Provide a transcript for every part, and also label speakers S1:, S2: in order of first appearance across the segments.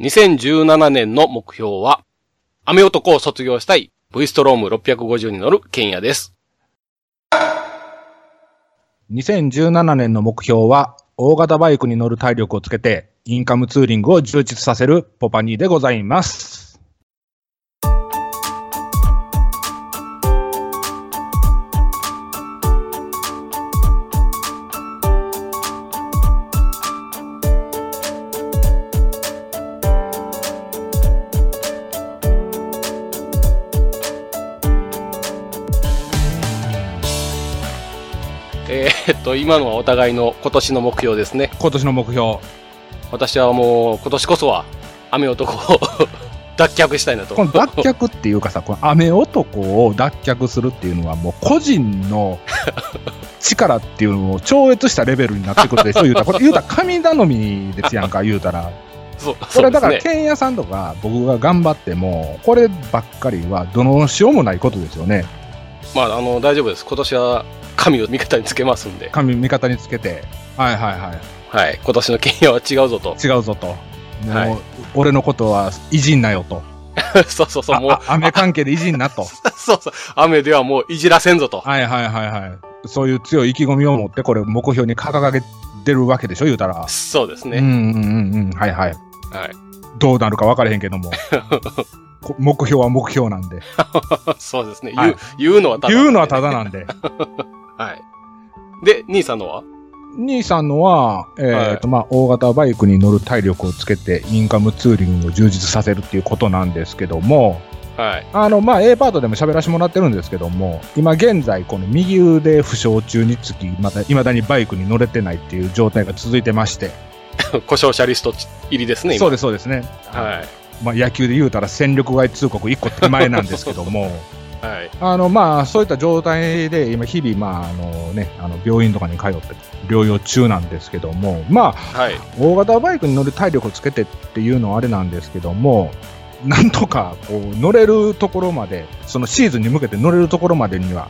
S1: 2017年の目標は、雨男を卒業したい V ストローム650に乗る剣也です。
S2: 2017年の目標は、大型バイクに乗る体力をつけて、インカムツーリングを充実させるポパニーでございます。
S1: えー、っと、今のはお互いの今年の目標ですね。
S2: 今年の目標。
S1: 私はもう今年こそは雨男を脱却したいなと。
S2: この脱却っていうかさ、この雨男を脱却するっていうのは、もう個 人の力っていうのを超越したレベルになってくるでしょ、言うたら。これ言うたら神頼みですやんか、言うたら。
S1: そう、
S2: こ
S1: そう
S2: れ
S1: で
S2: だ
S1: す
S2: から、
S1: ね。
S2: 剣屋さんとか僕が頑張っても、こればっかりはどのしようもないことですよね。
S1: まあ、あの、大丈夫です。今年は神を味方につけますんで。
S2: 神味方につけて、はいはいは
S1: はい。今年の剣也は違うぞと。
S2: い、違うぞと。もう、
S1: はい
S2: 俺のことは偉人なよと。
S1: そうそうそう、
S2: あ
S1: もう、
S2: あ雨関係で偉人な と。
S1: そうそう、雨ではもういじらせんぞと。
S2: はいはいはいはい。そういう強い意気込みを持って、これ目標に掲げてるわけでしょ、言うたら。
S1: そうです
S2: う
S1: ね。
S2: んうんうんうん、はいはい。
S1: はい。
S2: どうなるか分からへんけども。こ目標は目標なんで。
S1: そうですね。
S2: はい
S1: 言う、言うのはただ、
S2: 言うのはただ。なん で。
S1: はい。で、兄さんのは
S2: 兄さんのは、えーとまあ、大型バイクに乗る体力をつけて、インカムツーリングを充実させるっていうことなんですけども、
S1: はい。
S2: あのまあ、A パートでも喋らせてもらってるんですけども、今現在、この右腕負傷中につき、また未だにバイクに乗れてないっていう状態が続いてまして、
S1: 故障者リスト入りですね、今。
S2: そうです、そうですね、
S1: はい。
S2: まあ、野球で言うたら戦力外通告1個手前なんですけど も。
S1: はい。
S2: あのまあ、そういった状態で、今、日々、まああのね、あの病院とかに通って療養中なんですけども、まあ、
S1: はい。
S2: 大型バイクに乗る体力をつけてっていうのはあれなんですけども、なんとかこう乗れるところまで、そのシーズンに向けて乗れるところまでには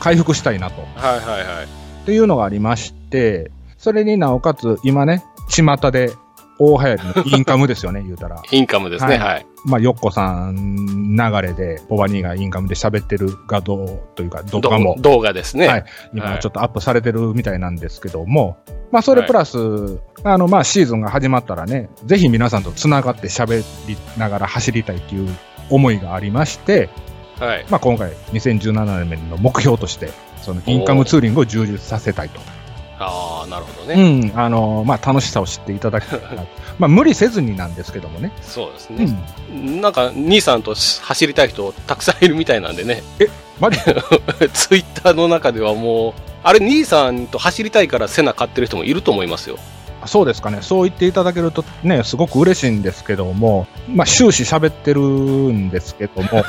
S2: 回復したいなと
S1: はいはいはい。
S2: っていうのがありまして、それになおかつ、今ね、巷で大流行りのインカムですよね、 言うたら。
S1: インカムですね、
S2: は
S1: はい。
S2: まあ、よっこさん流れで、ポバニーがインカムで喋ってる画像というか、動画も
S1: ど動画ですね。
S2: はい
S1: は
S2: 今
S1: い
S2: ちょっとアップされてるみたいなんですけども、まあそれプラス、あのまあシーズンが始まったらね、ぜひ皆さんとつながって喋りながら走りたいっていう思いがありまして、
S1: はい。
S2: まあ今回2017年の目標として、そのインカムツーリングを充実させたいと。
S1: ああ、なるほど
S2: う
S1: ね。
S2: ん、あのまあ楽しさを知っていた だきたいな。まあ無理せずになんですけどもね。
S1: そうです
S2: う
S1: ね。
S2: ん。
S1: なんか、兄さんと走りたい人たくさんいるみたいなんでね。
S2: マジで
S1: ツイッターの中ではもう、あれ、兄さんと走りたいからセナ買ってる人もいると思いますよ。
S2: そうですかね。そう言っていただけるとね、すごく嬉しいんですけども、まあ終始喋ってるんですけ ども、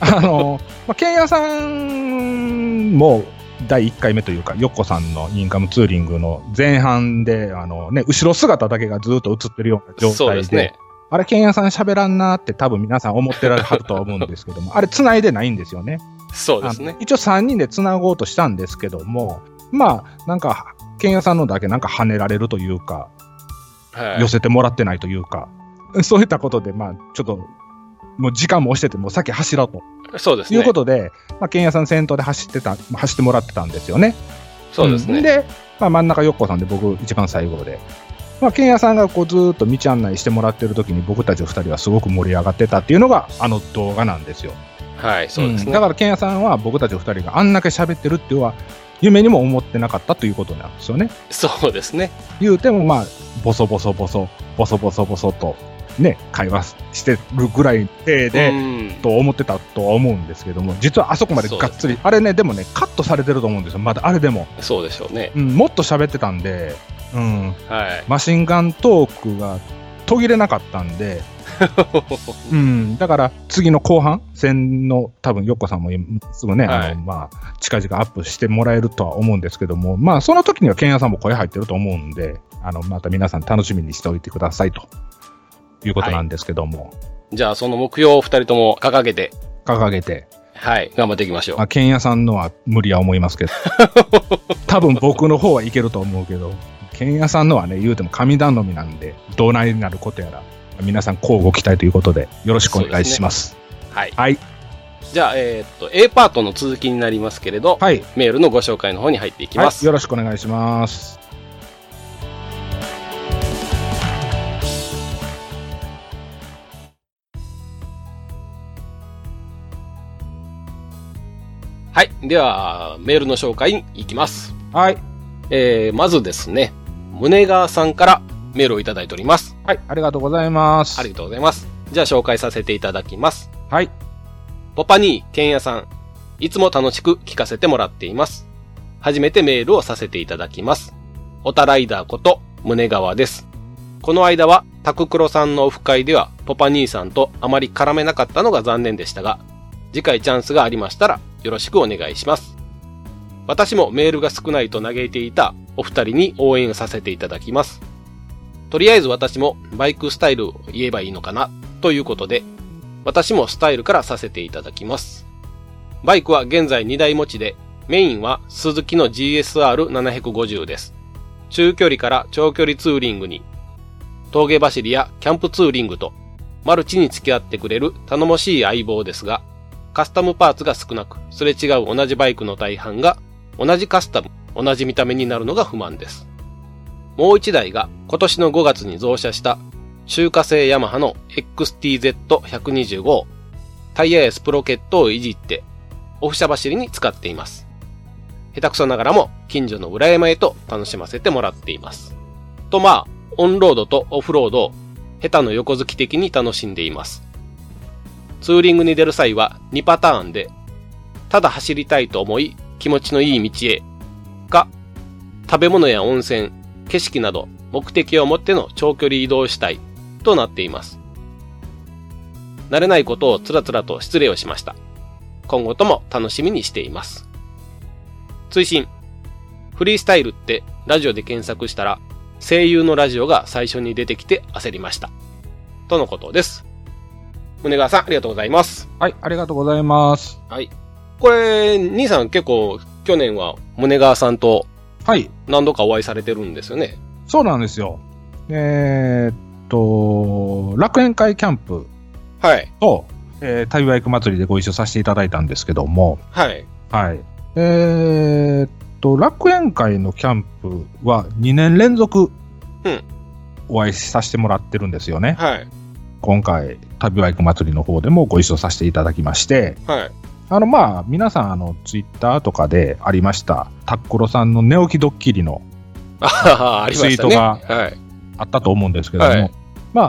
S2: あの、まあ、ケンヤさんも第1回目というか、ヨッコさんのインカムツーリングの前半で、あのね、後ろ姿だけがずっと映ってるような状態で、
S1: そうですね。
S2: あれ、ケンヤさん喋らんなって多分皆さん思ってられはるとは思うんですけども、あれ、繋いでないんですよね。
S1: そうですね
S2: あの。一応3人で繋ごうとしたんですけども、まあ、なんか、ケンヤさんのだけなんか跳ねられるというか、
S1: はい
S2: 寄せてもらってないというか、 そういったことで、まあ、ちょっと、もう時間も押してて、もう先走ろうと
S1: そうです
S2: い
S1: ね。
S2: うことで、まあ、剣屋さん先頭で走ってた、走ってもらってたんですよね。
S1: そうです
S2: ん
S1: ね。
S2: で、まあ、真ん中よっこさんで僕一番最後で。まあ、剣屋さんがこうずーっと道案内してもらってる時に僕たち二人はすごく盛り上がってたっていうのがあの動画なんですよ。
S1: はい、そうです
S2: ん
S1: ね。
S2: だから剣屋さんは僕たち二人があんだけ喋ってるっていうのは夢にも思ってなかったということなんですよね。
S1: そうですね。
S2: 言うてもまあボソボソボソボソボソボソとね会話してるぐらいで、
S1: うん
S2: と思ってたとは思うんですけども実はあそこまでがっつりあれねでもねカットされてると思うんですよまだあれでも、
S1: そうでしょうね。
S2: うん、もっと喋ってたんで、うん、
S1: はい。
S2: マシンガントークが途切れなかった んで、うん、だから次の後半戦の多分ヨッコさんも今すぐね、
S1: はい
S2: あのまあ、近々アップしてもらえるとは思うんですけども、まあ、その時にはケンヤさんも声入ってると思うんであのまた皆さん楽しみにしておいてくださいということなんですけども、
S1: じゃあ、その目標を二人とも掲げて、
S2: 掲げて、
S1: はい、頑張っていきましょ
S2: まあ、ケンヤさんのは無理や思いますけ ど多分僕の方はいけると思うけどケンヤさんのはね言うても神頼みなんでどうないになることやら皆さん、交互期待ということで、よろしくお願いします。
S1: はい。
S2: はい。
S1: じゃあ、えーっと、A パートの続きになりますけれど、
S2: はい。
S1: メールのご紹介の方に入っていきま
S2: はい
S1: す。
S2: よろしくお願いします。
S1: はい。では、メールの紹介に行きます。
S2: はい。
S1: えー、まずですね、胸川さんからメールをいただいております。
S2: はい。ありがとうございます。
S1: ありがとうございます。じゃあ紹介させていただきます。
S2: はい。
S1: ポパニー、ケンヤさん。いつも楽しく聞かせてもらっています。初めてメールをさせていただきます。オタライダーこと、胸川です。この間は、タククロさんのオフ会では、ポパ兄さんとあまり絡めなかったのが残念でしたが、次回チャンスがありましたら、よろしくお願いします。私もメールが少ないと嘆いていたお二人に応援させていただきます。とりあえず私もバイクスタイルを言えばいいのかな、ということで、私もスタイルからさせていただきます。バイクは現在2台持ちで、メインはスズキの GSR750 です。中距離から長距離ツーリングに、峠走りやキャンプツーリングと、マルチに付き合ってくれる頼もしい相棒ですが、カスタムパーツが少なく、すれ違う同じバイクの大半が、同じカスタム、同じ見た目になるのが不満です。もう一台が今年の5月に増車した中華製ヤマハの XTZ125 をタイヤやスプロケットをいじってオフ車走りに使っています。下手くそながらも近所の裏山へと楽しませてもらっています。とまあ、オンロードとオフロードを下手の横好き的に楽しんでいます。ツーリングに出る際は2パターンで、ただ走りたいと思い気持ちのいい道へか、食べ物や温泉、景色など目的を持っての長距離移動をしたいとなっています。慣れないことをつらつらと失礼をしました。今後とも楽しみにしています。追伸。フリースタイルってラジオで検索したら声優のラジオが最初に出てきて焦りました。とのことです。宗川さん、ありがとうございます。
S2: はい。ありがとうございます。
S1: これ、兄さん結構去年は宗川さんと
S2: はい。
S1: 何度かお会いされてるんですよね。
S2: そうなんですよ。えーっと、楽園会キャンプ
S1: はい。
S2: と、えー、旅バイク祭りでご一緒させていただいたんですけども、
S1: はい。
S2: はい。えーっと、楽園会のキャンプは2年連続
S1: うん、
S2: お会いさせてもらってるんですよね。
S1: はい。
S2: 今回、旅バイク祭りの方でもご一緒させていただきまして、
S1: はい。
S2: あの、まあ、皆さん、あの、ツイッターとかでありました、タッコロさんの寝起きドッキリの
S1: あははありましたね。
S2: ツイートが
S1: はい。
S2: あったと思うんですけども、
S1: はい
S2: ま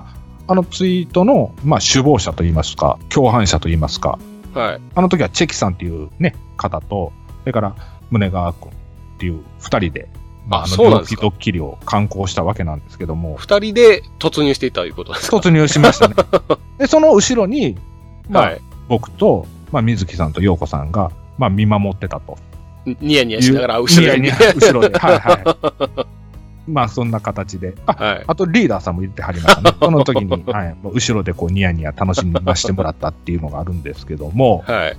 S2: あ、あのツイートの、まあ、首謀者といいますか、共犯者といいますか、
S1: はい。
S2: あの時はチェキさんっていう、ね、方と、それから宗川君っていう二人で、まあ、
S1: あ
S2: あ
S1: そうな
S2: の
S1: んですか
S2: ドッキリを敢行したわけなんですけ ども、
S1: 二人で突入していたということですか。
S2: 突入し ましたね。で、その後ろに、まあ、
S1: はい。
S2: 僕と、まあ、水木さんと陽子さんが、まあ、見守ってたと。
S1: ニヤニヤしながら後ろに。
S2: ニヤニヤ後ろで。はいはい。まあ、そんな形で。あ、
S1: はい。
S2: あとリーダーさんも言ってはりましたね。その時に、はい、もう後ろでこうニヤニヤ楽しみましてもらったっていうのがあるんですけども、
S1: はい。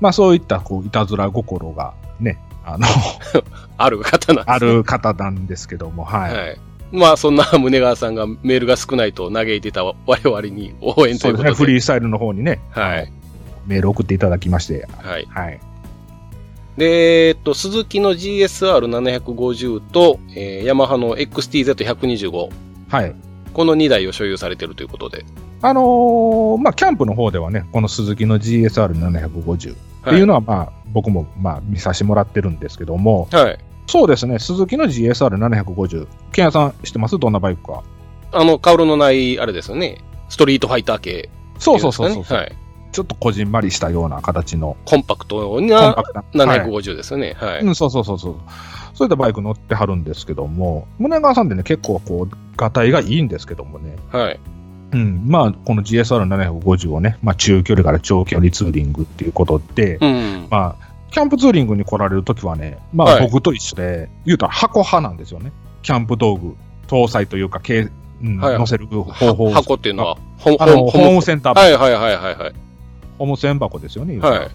S2: まあそういったこういたずら心がね、あの、
S1: ある方なんです、ね。
S2: あ。る方なんですけども、はい。
S1: はい。まあ、そんな胸川さんがメールが少ないと嘆いていた我々に応援と
S2: そ
S1: いううこと
S2: ですね、
S1: で。
S2: フリースタイルの方にね、
S1: はい。
S2: メール送っていただきまして、
S1: はい。
S2: はい。
S1: で、えっと、鈴木の GSR750 と、えーヤマハの XTZ125。
S2: はい。
S1: この2台を所有されてるということで。
S2: あのーまあ、キャンプの方ではね、この鈴木の GSR750 っていうのは、まあ、僕も、まあ、見させてもらってるんですけども、
S1: はい。
S2: そうですね、鈴木の GSR750、ケンヤさん知ってますどんなバイクか。
S1: あの、カウルのない、あれですよね。ストリートファイター系、
S2: そうそうそうそう、
S1: はい。
S2: ちょっとこじんまりしたような形の
S1: コンパクト
S2: コン
S1: な
S2: パクトな。はい
S1: 750ですよね。はい。
S2: うん、そうそうそうそう。そういったバイク乗ってはるんですけども、胸川さんでね、結構こう、がたいがいいんですけどもね、
S1: はい。
S2: うん、まあ、この GSR750 をね、まあ、中距離から長距離ツーリングっていうことで、
S1: うん。
S2: まあ、キャンプツーリングに来られるときはね、まあ、
S1: はい
S2: 僕と一緒で、言うたら箱派なんですよね。キャンプ道具、搭載というか、けうん
S1: はい
S2: 乗せる方法を
S1: 箱っていうのは、ホ
S2: あの、ホーム
S1: セ
S2: センター箱、
S1: はいはいはいはいはい。
S2: ホームセン箱ですよね、言うたら
S1: はい。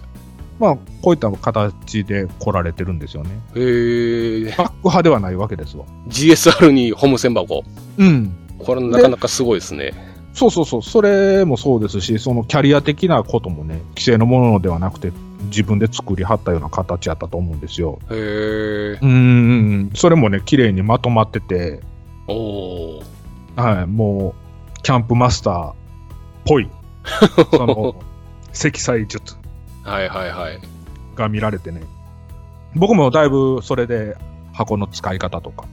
S2: まあ、こういった形で来られてるんですよね。
S1: えー、
S2: バック派ではないわけですわ。
S1: GSR にホームセン箱。
S2: うん。
S1: これなかなかすごいですね。
S2: そうそうそう、それもそうですし、そのキャリア的なこともね、既成のものではなくて、自分で作りはったような形やったと思うんですよ。
S1: へえ。
S2: うんうん、それもね、綺麗にまとまってて、
S1: おー。
S2: はい、もう、キャンプマスターっぽ い、その、積載術
S1: はいはいはい。
S2: が見られてね、僕もだいぶそれで箱の使い方とか、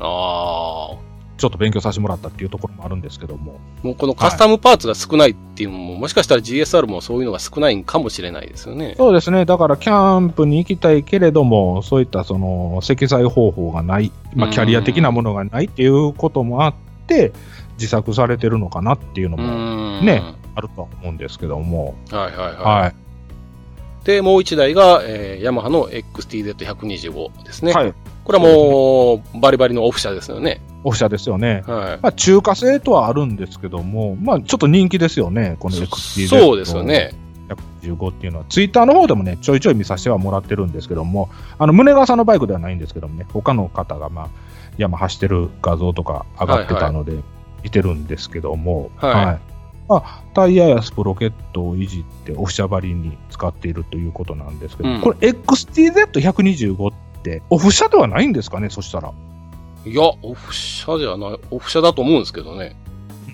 S1: あー。
S2: ちょっと勉強させてもらったっていうところもあるんですけども、
S1: もうこのカスタムパーツが少ないっていうのも、もしかしたら GSR もそういうのが少ないんかもしれないですよね。
S2: そうですね、だからキャンプに行きたいけれども、そういったその積載方法がない、ま
S1: う
S2: あ、
S1: ん
S2: キャリア的なものがないっていうこともあって、自作されてるのかなっていうの
S1: う
S2: も
S1: ん。
S2: ねあるとは思うんですけども、
S1: はいはいは。
S2: はい
S1: で、もう一台が、えー、ヤマハの XTZ125 です
S2: い、
S1: ね。
S2: はい、
S1: これはもう、バリバリのオフ車ですよね。
S2: オフィシャですよね。
S1: はい。
S2: まあ、中華製とはあるんですけども、まあ、ちょっと人気ですよね、この XT
S1: そうですよね。
S2: 115っていうのは、ツイッターの方でもね、ちょいちょい見させてはもらってるんですけども、あの、胸川さんのバイクではないんですけどもね、他の方が、まあ、山走ってる画像とか上がってたので、見てるんですけども、
S1: はい
S2: まあ、タイヤやスプロケットをいじって、オフィシャバリに使っているということなんですけど、
S1: うん
S2: これ、XTZ125 って、オフ車ではないんですかね、そしたら。
S1: いや、オフ車じゃない、オフ車だと思うんですけどね。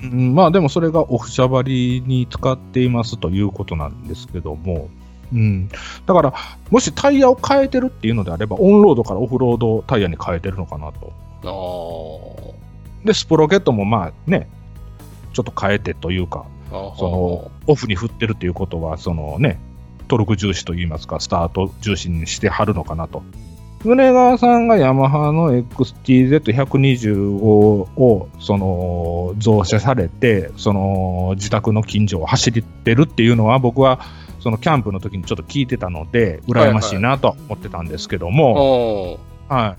S2: うん、まあでもそれがオフシャバリに使っていますということなんですけども、うん、だからもしタイヤを変えてるっていうのであればオンロードからオフロードタイヤに変えてるのかなと
S1: あー。
S2: でスプロケットもまあねちょっと変えてというか
S1: あー
S2: そのオフに振ってるということはそのねトルク重視といいますかスタート重視にしてはるのかなと宗川さんがヤマハの XTZ125 をその増車されてその自宅の近所を走ってるっていうのは僕はそのキャンプの時にちょっと聞いてたので羨ましいなと思ってたんですけども、
S1: うん。
S2: はい。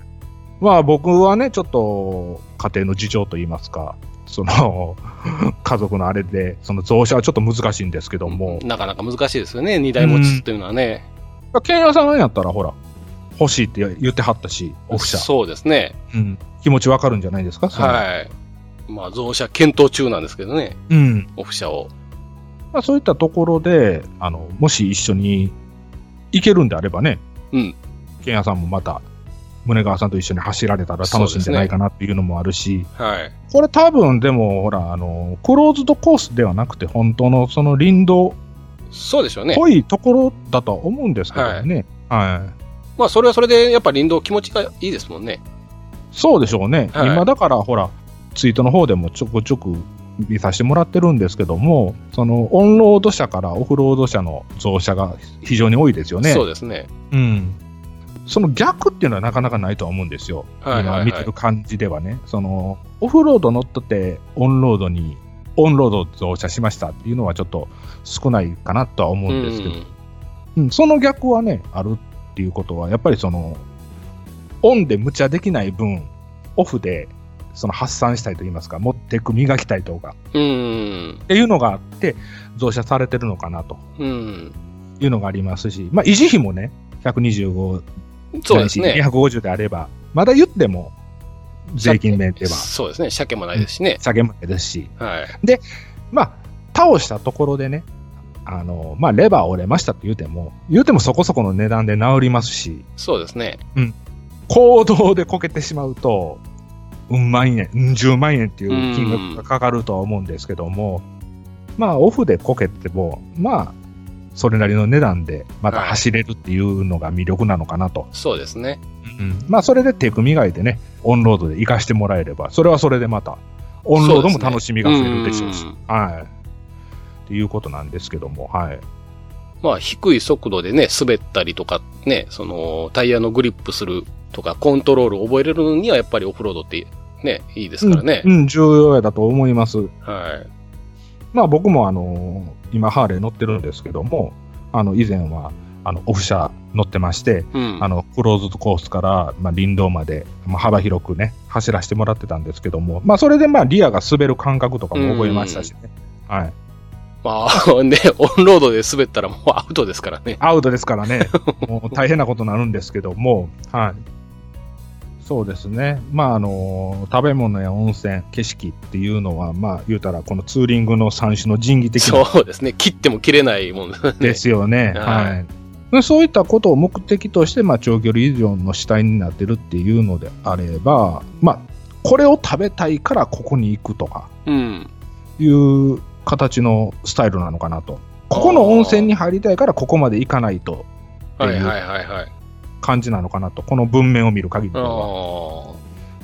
S2: まあ僕はね、ちょっと家庭の事情といいますか、その 家族のあれで、その増車はちょっと難しいんですけども、
S1: なかなか難しいですよね、二台持ちっていうのはね。
S2: ケンヤさんやったらほら、欲しいって言ってはったし、オフ車、
S1: そうですね。
S2: うん、気持ちわかるんじゃないですか、その
S1: はい。まあ、増車検討中なんですけどね、
S2: うん
S1: オフ車を。
S2: まあ、そういったところであの、もし一緒に行けるんであればね、
S1: うん
S2: ケンヤさんもまた、宗川さんと一緒に走られたら楽しいんじゃないかなっていうのもあるし、
S1: はい。
S2: これ多分でもほらあのクローズドコースではなくて本当のその林道っ
S1: そうでしょうね。
S2: ぽいところだとは思うんですけどね、はい
S1: まあ、それはそれで、やっぱ林道気持ちがいいですもんね。
S2: そうでしょうね、
S1: はい
S2: 今だからほらツイートの方でもちょこちょこ見させてもらってるんですけどもそのオンロード車からオフロード車の増車が非常に多いですよね
S1: そうですね。
S2: うん、その逆っていうのはなかなかないとは思うんですよ、
S1: はいはいはい
S2: 今見てる感じではねそのオフロード乗っててオンロードにオンロード乗車しましたっていうのはちょっと少ないかなとは思うんですけど、
S1: ん
S2: うんその逆はねあるっていうことはやっぱりそのオンで無茶できない分オフでその発散したいと言いますか持っていく磨きたいとか
S1: うん。
S2: っていうのがあって増車されてるのかなと
S1: うん。
S2: いうのがありますし、まあ、維持費もね125
S1: そうですね。
S2: 250であれば、まだ言っても、税金面では
S1: そうですね。車検もないですしね。
S2: 下げ前ですし、
S1: はい。
S2: まあ、倒したところでね、あの、まあ、レバー折れましたって言うても、言うてもそこそこの値段で治りますし、
S1: そうですね。
S2: 行動でこけてしまうと、うん万円、うん十万円っていう金額がかかるとは思うんですけども、まあ、オフでこけても、まあ、それなりの値段でまた走れるっていうのが魅力なのかなと
S1: そうですね。
S2: まあそれで手組磨いてね、オンロードで活かしてもらえれば、それはそれでまた、オンロードも楽しみが増えるでしょうし、
S1: そうですね
S2: はい。っていうことなんですけども、はい。
S1: まあ、低い速度でね、滑ったりとか、ね、その、タイヤのグリップするとか、コントロールを覚えれるのには、やっぱりオフロードって、ね、いいですからね。
S2: うん、うん重要やだと思います。
S1: はい。
S2: まあ僕もあのー今ハーレー乗ってるんですけども、あの、以前は、あの、オフ車乗ってまして、
S1: うん。
S2: あの、クローズドコースから、まあ、林道まで、まあ、幅広くね、走らせてもらってたんですけども、まあそれでまあリアが滑る感覚とかも覚えましたしね、はい。
S1: まあ、 ね、オンロードで滑ったらもうアウトですからね。
S2: アウトですからね、もう大変なことになるんですけども、はい。そうですね。まあ、あの、食べ物や温泉、景色っていうのは、まあ、言うたら、このツーリングの三種の神器的な
S1: そうですね。切っても切れないもんですね。
S2: ですよね。
S1: はい
S2: はい。でそういったことを目的として、まあ、長距離以上の主体になってるっていうのであれば、まあ、これを食べたいからここに行くとか
S1: うん。
S2: いう形のスタイルなのかなと。ここの温泉に入りたいからここまで行かないと
S1: はいはいはいはい。
S2: 感じなのかなと。この文面を見る限りで
S1: あ
S2: は。
S1: あ。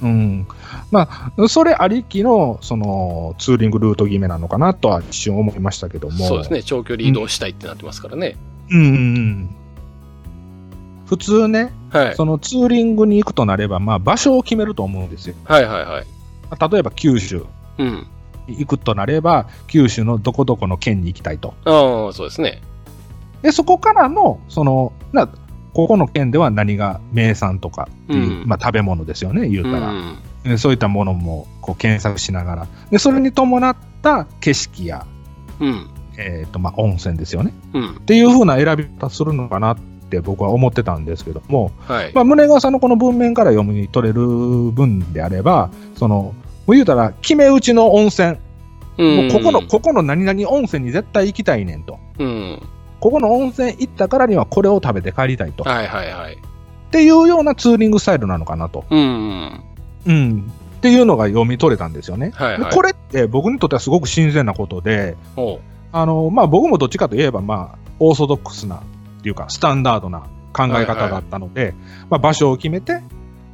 S2: うん。まあ、それありきの、その、ツーリングルート決めなのかなとは一瞬思いましたけども。
S1: そうですね。長距離移動したいってなってますからね。
S2: うんうんうん。普通ね、
S1: はい。
S2: そのツーリングに行くとなれば、まあ、場所を決めると思うんですよ。
S1: はいはいはい。
S2: 例えば九州
S1: うん。
S2: に行くとなれば、九州のどこどこの県に行きたいと。
S1: ああ、そうですね。
S2: で、そこからの、その、なここの県では何が名産とかっていう、
S1: うん
S2: まあ、食べ物ですよね、言う
S1: う
S2: たら。
S1: ん。
S2: えそういったものもこう検索しながら。で、それに伴った景色や、
S1: うん。
S2: えっ、と、まあ、温泉ですよね。
S1: うん
S2: っ。ていう風な選び方するのかなって僕は思ってたんですけども、
S1: はい。
S2: まあ、宗川さんのこの文面から読み取れる分であれば、その、もう言うたら、決め打ちの温泉、もうここの、ここの何々温泉に絶対行きたいねんと。
S1: うん。
S2: ここの温泉行ったからにはこれを食べて帰りたいと。っ
S1: はいはいはい。
S2: ていうようなツーリングスタイルなのかなと。
S1: うん。
S2: うん。っていうのが読み取れたんですよね。
S1: はいはい。
S2: でこれって僕にとってはすごく新鮮なことで、
S1: おう
S2: あの、まあ僕もどっちかといえば、まあ、オーソドックスな、っていうか、スタンダードな考え方だったので、まあ場所を決めて、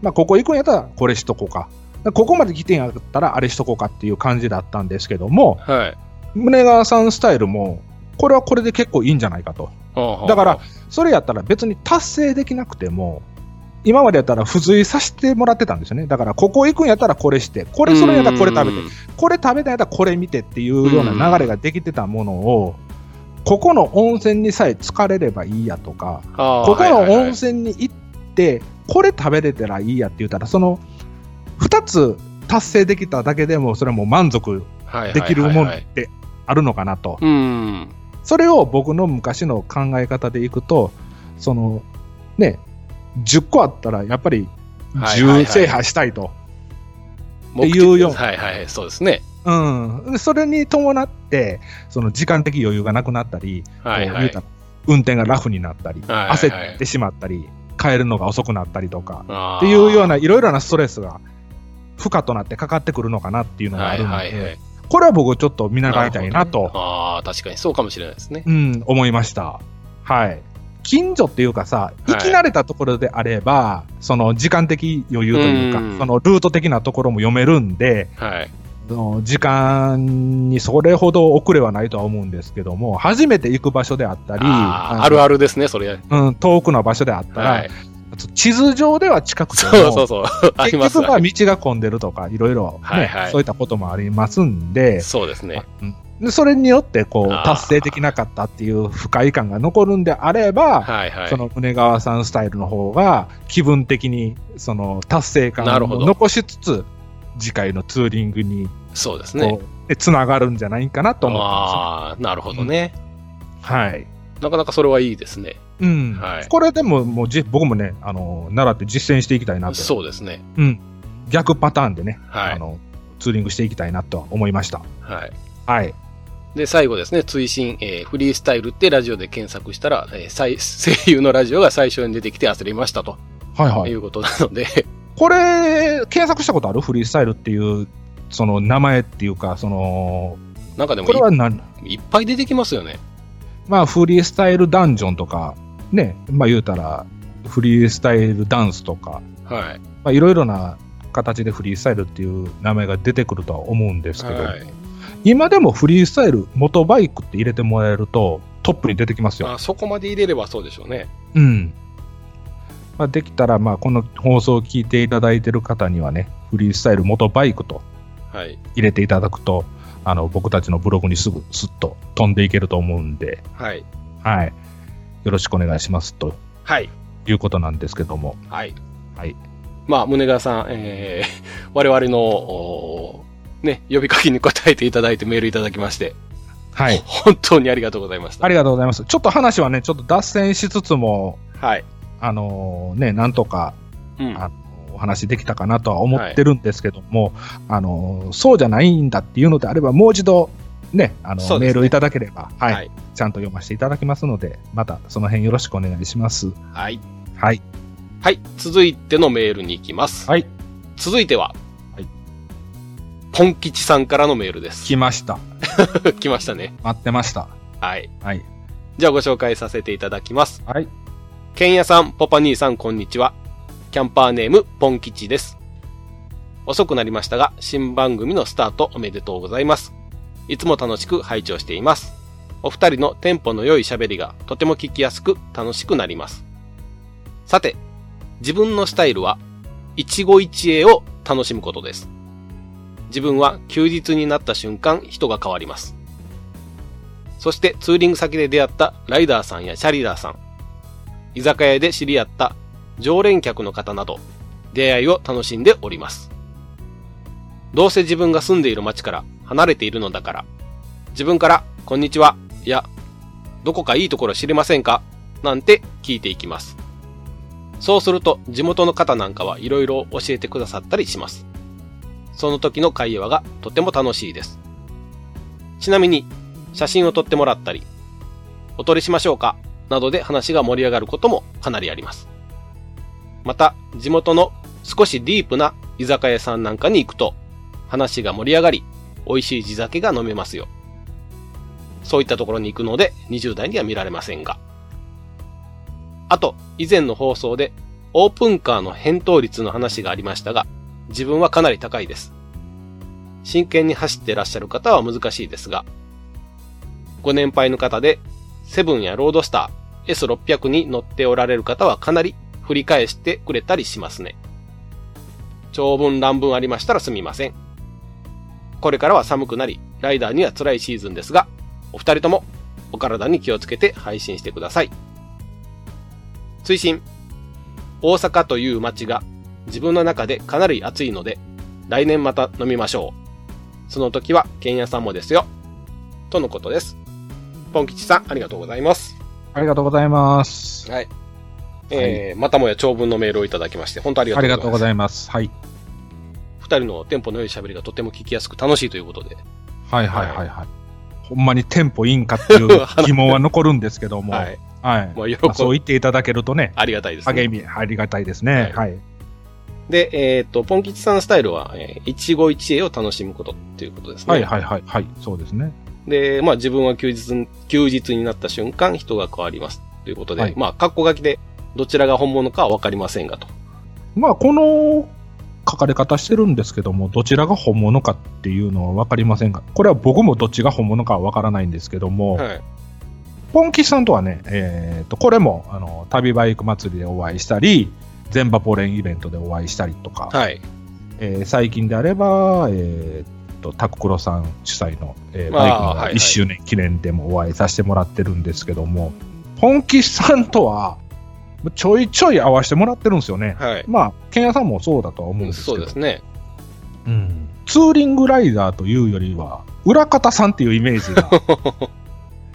S2: まあここ行くんやったらこれしとこうか。ここまで来てんやったらあれしとこうかっていう感じだったんですけども、
S1: はい。
S2: 宗川さんスタイルも、これはこれで結構いいんじゃないかと。
S1: おう
S2: だから、それやったら別に達成できなくても、今までやったら付随させてもらってたんですよね。だから、ここ行くんやったらこれして、これそれやったらこれ食べて、
S1: て。
S2: これ食べたいやったらこれ見てっていうような流れができてたものを、ここの温泉にさえ疲れればいいやとか、
S1: こ
S2: ここの温泉に行って、これ食べれたらいいやって言ったら、その2つ達成できただけでも、それはもう満足できるものってあるのかなと。
S1: うん。
S2: それを僕の昔の考え方でいくと、そのね、10個あったらやっぱり
S1: はいはいはい
S2: 10制覇したいと。
S1: 目的
S2: っていうよ
S1: はいはいはい。そうですね。
S2: うん、でそれに伴って、その時間的余裕がなくなったり、
S1: はい
S2: こう
S1: は
S2: 言
S1: い
S2: うた。ら運転がラフになったり、
S1: はいはいはい
S2: 焦ってしまったり、帰るのが遅くなったりと
S1: っ
S2: か、っていうようないろいろなストレスが負荷となってかかってくるのかなっていうのがあるので、
S1: はいはいはい。
S2: これは僕ちょっと見習いたいなと
S1: ああ、確かにそうかもしれないですね。
S2: うん、思いました。はい。近所っていうかさ、
S1: い
S2: 行き慣れたところであれば、その時間的余裕というか
S1: う、ん
S2: そのルート的なところも読めるんで、
S1: はい。
S2: その時間にそれほど遅れはないとは思うんですけども、初めて行く場所であったり、
S1: あ
S2: の
S1: ーあるあるですね、それ。
S2: うん、遠くの場所であったら、
S1: はい。
S2: 地図上では近くても、
S1: そうそうそう。あり
S2: 結
S1: ます
S2: 局ま
S1: は
S2: あ
S1: い
S2: 道が混んでるとか、いろいろね、
S1: はいはい
S2: そういったこともありますんで、
S1: そうですね。
S2: うんでそれによってこう
S1: あー
S2: 達成できなかったっていう不快感が残るんであれば、
S1: はいはい。
S2: その宗川さんスタイルの方が気分的にその達成感
S1: なるほ
S2: を
S1: ど
S2: 残しつつ次回のツーリングに
S1: そうですね
S2: こ。うつながるんじゃないかなと思ってま
S1: ああ、なるほどね。
S2: す。はい
S1: なかなかそれはいいですね。
S2: うん
S1: はい
S2: これでももうじ僕もねあの習って実践していきたいなと
S1: そうですね。
S2: うん、逆パターンでね、
S1: は
S2: あ
S1: い。
S2: のツーリングしていきたいなとは思いました。
S1: はい。
S2: はい、
S1: で、最後ですね、追伸、えーフリースタイルってラジオで検索したら、えー最 声優のラジオが最初に出てきて焦りましたと
S2: はいはいいう
S1: ことなので、
S2: これ検索したことあるフリースタイルっていうその名前っていうかその
S1: なんかでも
S2: これは何
S1: いいっぱい出てきますよね。
S2: まあ、フリースタイルダンジョンとか、ね、まあ言うたら、フリースタイルダンスと
S1: は
S2: か、
S1: い。
S2: まあいろいろな形でフリースタイルっていう名前が出てくるとは思うんですけど、
S1: はい、
S2: 今でもフリースタイル、元バイクって入れてもらえると、トップに出てきますよ。
S1: あそこまで入れればそうでしょうね。
S2: うん。まあ、できたら、まあこの放送を聞いていただいてる方にはね、フリースタイル元バイクと
S1: はい。
S2: 入れていただくと、あの、僕たちのブログにすぐスッと飛んでいけると思うんで、
S1: はい。
S2: はい。よろしくお願いしますと
S1: はい。
S2: いうことなんですけども。
S1: はい。
S2: はい。
S1: まあ、宗川さん、えー、 我々の、おーね、呼びかけに答えていただいてメールいただきまして、
S2: はい。
S1: 本当にありがとうございました。
S2: ありがとうございます。ちょっと話はね、ちょっと脱線しつつも、
S1: はい。
S2: あのーね、なんとか、
S1: うん。
S2: あのーお話できたかなとは思ってるんですけども、あのそうじゃないんだっていうのであれば、もう一度、ね、あの
S1: そうで
S2: メ
S1: すね
S2: ールいただければ、はい
S1: はい
S2: ちゃんと読ませていただきますので、またその辺よろしくお願いします。
S1: はい。
S2: はい。
S1: はい。続いてのメールに行きます。
S2: はい。
S1: 続いては、
S2: はい
S1: ポン吉さんからのメールです。
S2: 来ました。
S1: 来ましたね。
S2: 待ってました。
S1: はい。
S2: はい。
S1: じゃあご紹介させていただきます。
S2: はい。
S1: ケンヤさん、ポパ兄さん、こんにちは。キャンパーネーム、ポン吉です。遅くなりましたが、新番組のスタートおめでとうございます。いつも楽しく拝聴しています。お二人のテンポの良い喋りがとても聞きやすく楽しくなります。さて、自分のスタイルは、一期一会を楽しむことです。自分は休日になった瞬間、人が変わります。そしてツーリング先で出会ったライダーさんやシャリダーさん、居酒屋で知り合った常連客の方など、出会いを楽しんでおります。どうせ自分が住んでいる街から離れているのだから、自分から、こんにちは、いや、どこかいいところ知りませんかなんて聞いていきます。そうすると、地元の方なんかはいろいろ教えてくださったりします。その時の会話がとても楽しいです。ちなみに、写真を撮ってもらったり、お撮りしましょうかなどで話が盛り上がることもかなりあります。また、地元の少しディープな居酒屋さんなんかに行くと、話が盛り上がり、美味しい地酒が飲めますよ。そういったところに行くので、20代には見られませんが。あと、以前の放送で、オープンカーの返答率の話がありましたが、自分はかなり高いです。真剣に走ってらっしゃる方は難しいですが、ご年配の方で、セブンやロードスター、S600 に乗っておられる方はかなり振り返してくれたりしますね。長文乱文ありましたらすみません。これからは寒くなり、ライダーには辛いシーズンですが、お二人ともお体に気をつけて配信してください。推進。大阪という街が自分の中でかなり暑いので、来年また飲みましょう。その時は、けんやさんもですよ。とのことです。ポン吉さん、ありがとうございます。
S2: ありがとうございます。
S1: はい。えーまたもや長文のメールをいただきまして、本当あり
S2: あり
S1: が
S2: が
S1: と
S2: と
S1: う
S2: う
S1: ご
S2: ご
S1: ざい
S2: ざ
S1: ます。
S2: います。はい。
S1: 二人のテンポの良い喋りがとても聞きやすく楽しいということで。
S2: はいはいはいはい。ほんまにテンポいいんかって いう疑問は残るんですけども、
S1: は
S2: はい。
S1: い。まあ、喜
S2: まあそう
S1: び、
S2: 言っていただけるとね、
S1: ありがたいです、ね。
S2: 励み、ありがたいですね。
S1: は
S2: はい。
S1: で、えっ、と、ポン吉さんスタイルは、えー一期一会を楽しむことっていうことですね。
S2: はいはいはい。はい。そうですね。
S1: で、まあ自分は休日に、休日になった瞬間、人が変わります。ということで、
S2: はい
S1: まあ、格好書きで、どちらが本物かはわかりませんがと。
S2: まあ、この書かれ方してるんですけども、どちらが本物かっていうのは分かりませんが、これは僕もどっちが本物かは分からないんですけども、
S1: はい。
S2: ポンキさんとはね、えーと、これも、あの、旅バイク祭りでお会いしたり、全バポレンイベントでお会いしたりとか、
S1: はい。
S2: えー最近であれば、えーとタククロさん主催の、えー
S1: あー
S2: バイク
S1: はい
S2: の
S1: はい
S2: 1周年記念でもお会いさせてもらってるんですけども、ポンキさんとはちょいちょい会わせてもらってるんですよね。
S1: はい。
S2: まあ、ケンヤさんもそうだとは思うんですけ
S1: そ
S2: ど、
S1: うですね。
S2: うんツーリングライダーというよりは、裏方さんっていうイメージ が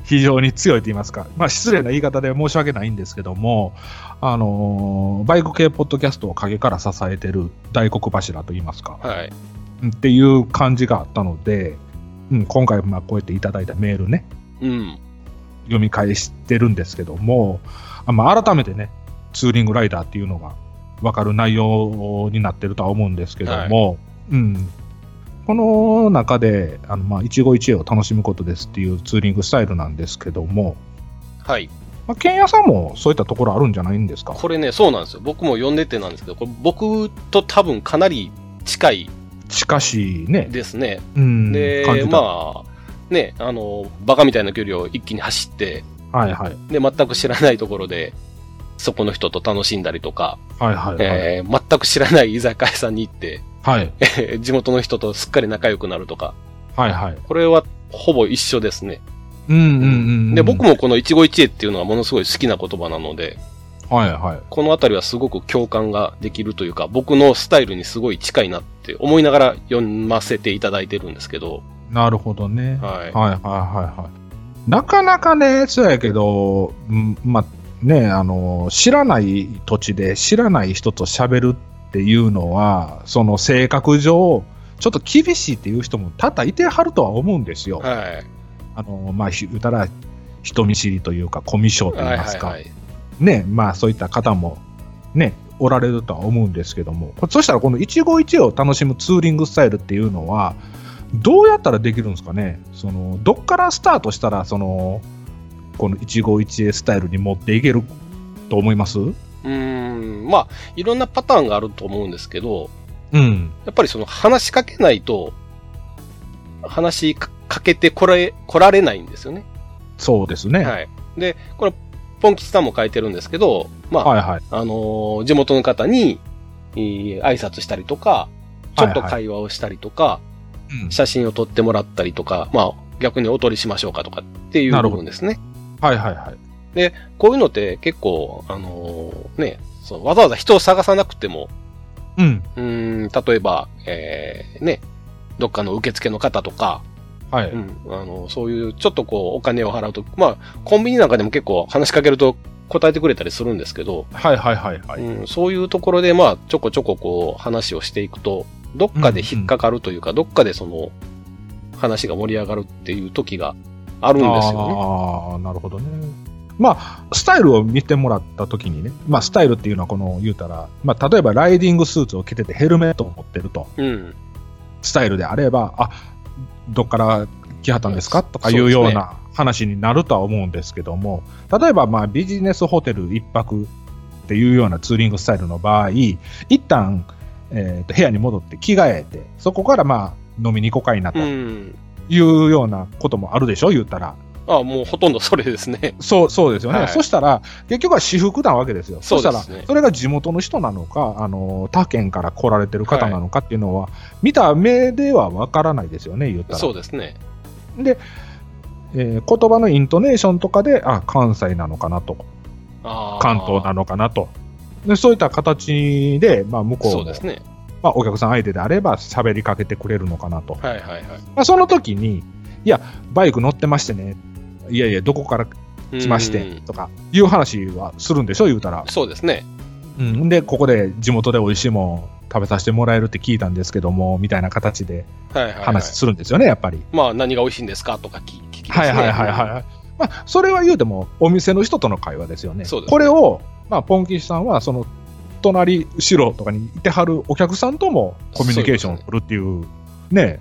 S2: 非常に強いと言いますか、まあ、失礼な言い方で申し訳ないんですけども、あのーバイク系ポッドキャストを陰から支えてる大黒柱と言いますか、
S1: はい。
S2: うんっていう感じがあったので、うん、今回、まあ、こうやっていただいたメールね、
S1: うん。
S2: 読み返してるんですけども、あまあ、改めてね、ツーリングライダーっていうのが分かる内容になってるとは思うんですけども、うん、この中で、あのまあ一期一会を楽しむことですっていうツーリングスタイルなんですけども、
S1: はい。
S2: まあ、ケンヤさんもそういったところあるんじゃないんですか。
S1: これね、そうなんですよ。僕も読んでてなんですけど、これ僕と多分かなり近い
S2: しかしね、
S1: ですね。
S2: うん、
S1: で、
S2: 感じた
S1: まあ、ね、あの、バカみたいな距離を一気に走って、
S2: はいはい、
S1: で、全く知らないところで、そこの人と楽しんだりとか、
S2: はいはい、はい、
S1: えー全く知らない居酒屋さんに行って、
S2: はい、
S1: えー地元の人とすっかり仲良くなるとか、
S2: はい、はい。
S1: これはほぼ一緒ですね。
S2: うんうんうん。
S1: で、僕もこの一期一会っていうのはものすごい好きな言葉なので、
S2: はいはい。
S1: このあたりはすごく共感ができるというか、僕のスタイルにすごい近いなって思いながら読ませていただいてるんですけど、
S2: なるほどね。
S1: はい
S2: はいはいはいはい。なかなかね、そうやけど、うんまあね、あの、知らない土地で知らない人と喋るっていうのは、その性格上、ちょっと厳しいっていう人も多々いてはるとは思うんですよ。
S1: はい。
S2: あの、まあ、言うたら、人見知りというか、コミュ障といい
S1: はい
S2: ますか、
S1: はいはい。
S2: ね、まあ、そういった方も、ね、おられるとは思うんですけども、こそしたら、この一期一会を楽しむツーリングスタイルっていうのは、どうやったらできるんですかね、そのどっからスタートしたら、そのこの一期一会スタイルに持っていけると思います
S1: うーん、まあ、いろんなパターンがあると思うんですけど、
S2: うん、
S1: やっぱりその話しかけないと、話しかかけてこれ、来られないんですよね。
S2: そうですね。はい
S1: はい。で、これ、ポン吉さんも書いてるんですけど、まあ、
S2: はい、
S1: あのー地元の方に、えー挨拶したりとか、ちょっと会話をしたりとか、
S2: うん
S1: 写真を撮ってもらったりとか、まあ、逆にお撮りしましょうかとかっていう
S2: な
S1: 部
S2: るほど
S1: 分ですね。
S2: はいはいはい。
S1: こういうのって結構、あのーね、そうわざわざ人を探さなくても、
S2: うん、
S1: うーん、例えば、えーね、どっかの受付の方とか、
S2: はい。
S1: うん、あの、そういう、ちょっとこう、お金を払うと、まあ、コンビニなんかでも結構話しかけると答えてくれたりするんですけど、
S2: はいはいはいはい。
S1: うん、そういうところで、まあ、ちょこちょここう、話をしていくと、どっかで引っかかるというか、どっかでその、話が盛り上がるっていう時があるんですよね。
S2: ああ、なるほどね。まあ、スタイルを見てもらったときにね、まあ、スタイルっていうのは、この言うたら、まあ、例えばライディングスーツを着ててヘルメットを持ってると、
S1: うん。
S2: スタイルであれば、あどっから来はったんですかとかい
S1: そう
S2: う
S1: です
S2: よ
S1: ね
S2: うな話になるとは思うんですけども、例えばまあビジネスホテル一泊っていうようなツーリングスタイルの場合、一旦、えー、と部屋に戻って着替えて、そこからまあ飲みに行こうかいなと
S1: うん。
S2: いうようなこともあるでしょ、言ったら。
S1: ああ、もうほとんどそれですね。
S2: そう、そうですよね。
S1: はい
S2: そしたら、結局は私服なわけですよ。
S1: そ
S2: そう
S1: ですね
S2: したら、それが地元の人なのか、あの、他県から来られてる方なのかっていうのは、見た目ではわからないですよね、言ったら。
S1: そうですね。
S2: えー言葉のイントネーションとかで、あ、関西なのかなと、
S1: ああ。
S2: 関東なのかなと。でそういった形で、まあ、向こう
S1: そう
S2: も
S1: ですね。
S2: まあ、お客さん相手であれば喋りかけてくれるのかなと。
S1: はいはいは
S2: まあ、その時に、いや、バイク乗ってましてね、いやいや、どこから
S1: い。
S2: 来まし
S1: う
S2: て
S1: ん
S2: とかいう話はするんでしょ、言うたら。
S1: そうですね。
S2: うん、で、ここで地元で美味しいもん食べさせてもらえるって聞いたんですけども、みたいな形で
S1: はいはい、はい。
S2: 話するんですよね、やっぱり。
S1: まあ、何が美味しいんですかとか聞聞きます
S2: は
S1: ね。
S2: いはいはいはい。まあ、それは言うても、お店の人との会話ですよね。
S1: そうですね
S2: これを、まあ、ポンキシさんは、その、隣、後ろとかにいてはるお客さんともコミュニケーションを取るっていう、ね、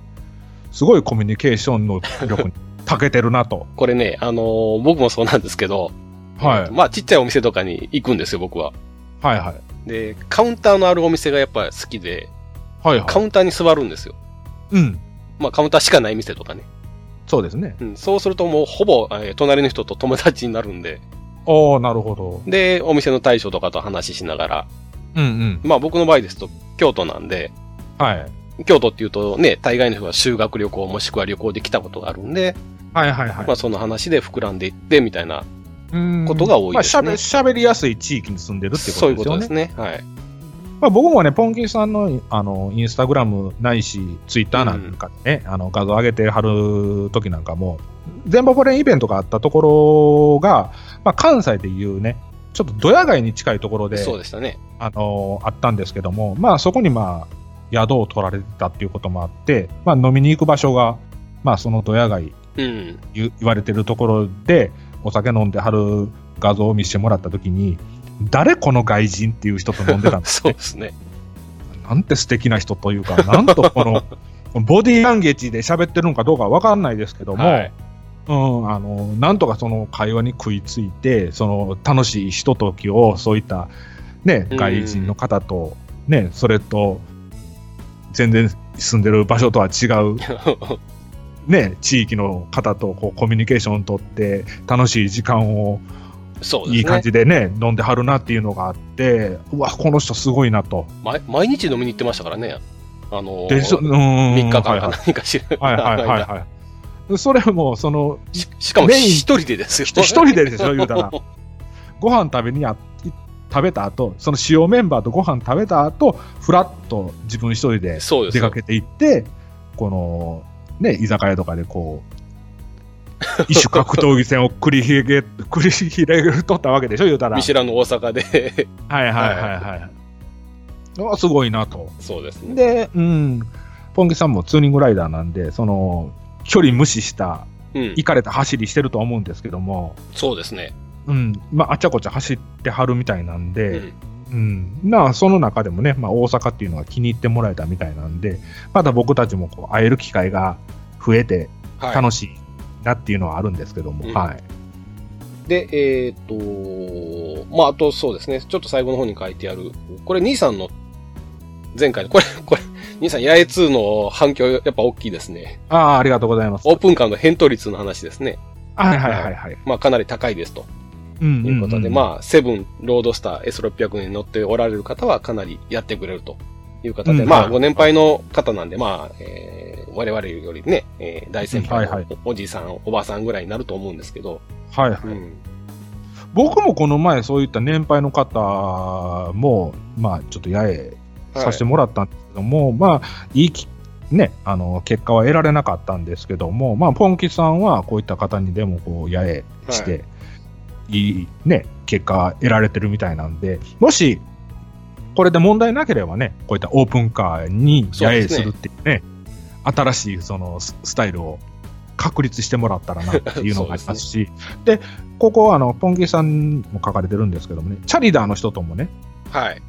S2: すごいコミュニケーションの力に長けてるなと。
S1: これね、あのー僕もそうなんですけど、
S2: はい
S1: まあ、ちっちゃいお店とかに行くんですよ、僕は。
S2: はいはい。
S1: で、カウンターのあるお店がやっぱ好きで、
S2: はいは
S1: カウンターに座るんですよ。
S2: い。うん。
S1: まあ、カウンターしかない店とかね。
S2: そうですね。
S1: うん、そうするともうほぼ、えー隣の人と友達になるんで、
S2: おー、なるほど。
S1: で、お店の大将とかと話ししながら、
S2: うんうん。
S1: まあ僕の場合ですと、京都なんで、
S2: はい。
S1: 京都っていうとね、大概の人は修学旅行もしくは旅行で来たことがあるんで、
S2: はいはいはい
S1: ま。あその話で膨らんでいってみたいな、
S2: こと
S1: が多いですね
S2: まあ、しゃべりやすい地域に住んでるっていうこ
S1: そうい
S2: と
S1: う
S2: で
S1: こ
S2: すよ
S1: とで
S2: ね
S1: す。ね。はい。
S2: まあ、僕もね、ポンキーさんのあのインスタグラムないし、ツイッターなんかでね、あの画像上げてはる時なんかも、全場ポレンイベントがあったところが、まあ、関西でいうね、ちょっとドヤ街に近いところで
S1: そうでしたね。
S2: あのあったんですけども、まあ、そこに、まあ、宿を取られてたっていうこともあって、まあ、飲みに行く場所が、まあ、そのドヤ街
S1: うん。
S2: 言う言われてるところでお酒飲んではる画像を見せてもらった時に誰この外人っていう人と飲んでたんです
S1: そう
S2: ね
S1: ですね。
S2: なんて素敵な人という かなんとこのこのボディーランゲージで喋ってるのかどうかわかんないですけども、
S1: はい
S2: うん、あのなんとかその会話に食いついてその楽しいひとときをそういった、ね、
S1: うん
S2: 外人の方と、ね、それと全然住んでる場所とは違 うね、地域の方とこうコミュニケーションを取って楽しい時間を
S1: そうですね。
S2: いい感じでね飲んではるなっていうのがあってうわこの人すごいなと
S1: 毎毎日飲みに行ってましたからね。あのー、
S2: でしょうーん
S1: 3日間
S2: はい
S1: か
S2: は
S1: 何か知る。
S2: いはいはいはいはいそれも その
S1: ししかも
S2: メイン
S1: 一人でですよ。
S2: 一人でですよ言うたらご飯食べにあ食べた後その主要メンバーとご飯食べた後ふらっと自分一人 で
S1: そうです
S2: 出
S1: よ
S2: かけていってこのね居酒屋とかでこう 一種格闘技戦を繰り広げ繰り広げとったわけでしょ言うたら
S1: 見知らぬ大阪で
S2: はいはいはいはい。あすごいなと。
S1: そうですね。
S2: で、うん、ポンギさんもツーリングライダーなんで、その、距離無視した、
S1: うん
S2: 行。かれた走りしてるとは思うんですけども、
S1: そうですね。
S2: うん、まあ、あちゃこちゃ走ってはるみたいなん
S1: う
S2: で、
S1: ん。
S2: うん、まあその中でもね、まあ、大阪っていうのは気に入ってもらえたみたいなんでまた僕たちもこう会える機会が増えて
S1: はい。
S2: 楽しいなっていうのはあるんですけども、
S1: うん
S2: はい
S1: で、えっ、と、まあ、あとそうですね、ちょっと最後の方に書いてある、これ、兄さんの、前回の、これ、これ、兄さん、八重2の反響、やっぱ大きいですね。
S2: ああありがとうございます
S1: オープンカーの返答率の話ですね。
S2: はいはいはいはい
S1: まあ、かなり高いですと
S2: とい
S1: いうことで、
S2: あ
S1: まあ、セブン、ロードスター S600 に乗っておられる方は、かなりやってくれるという方で、
S2: うん
S1: ま
S2: は
S1: あ、
S2: い
S1: ご年配の方なんで、まあ、えー我々よりね、えー大先輩
S2: はいは
S1: のおじいさん、おばあさんぐらいになると思うんですけど、
S2: はいはい、
S1: うん、
S2: 僕もこの前そういった年配の方もまあちょっとやえ
S1: はい
S2: させてもらったんですけども、まあいいきね、あの結果は得られなかったんですけども、まあ、ポンキさんはこういった方にでもこうやえして、い、いね、結果得られてるみたいなんでもしこれで問題なければねこういったオープンカーにやえするっていうね新しいそのススタイルを確立してもらったらなっていうのがあります しでここあのポンキさんも書かれてるんですけどもねチャリダーの人ともね
S1: はい。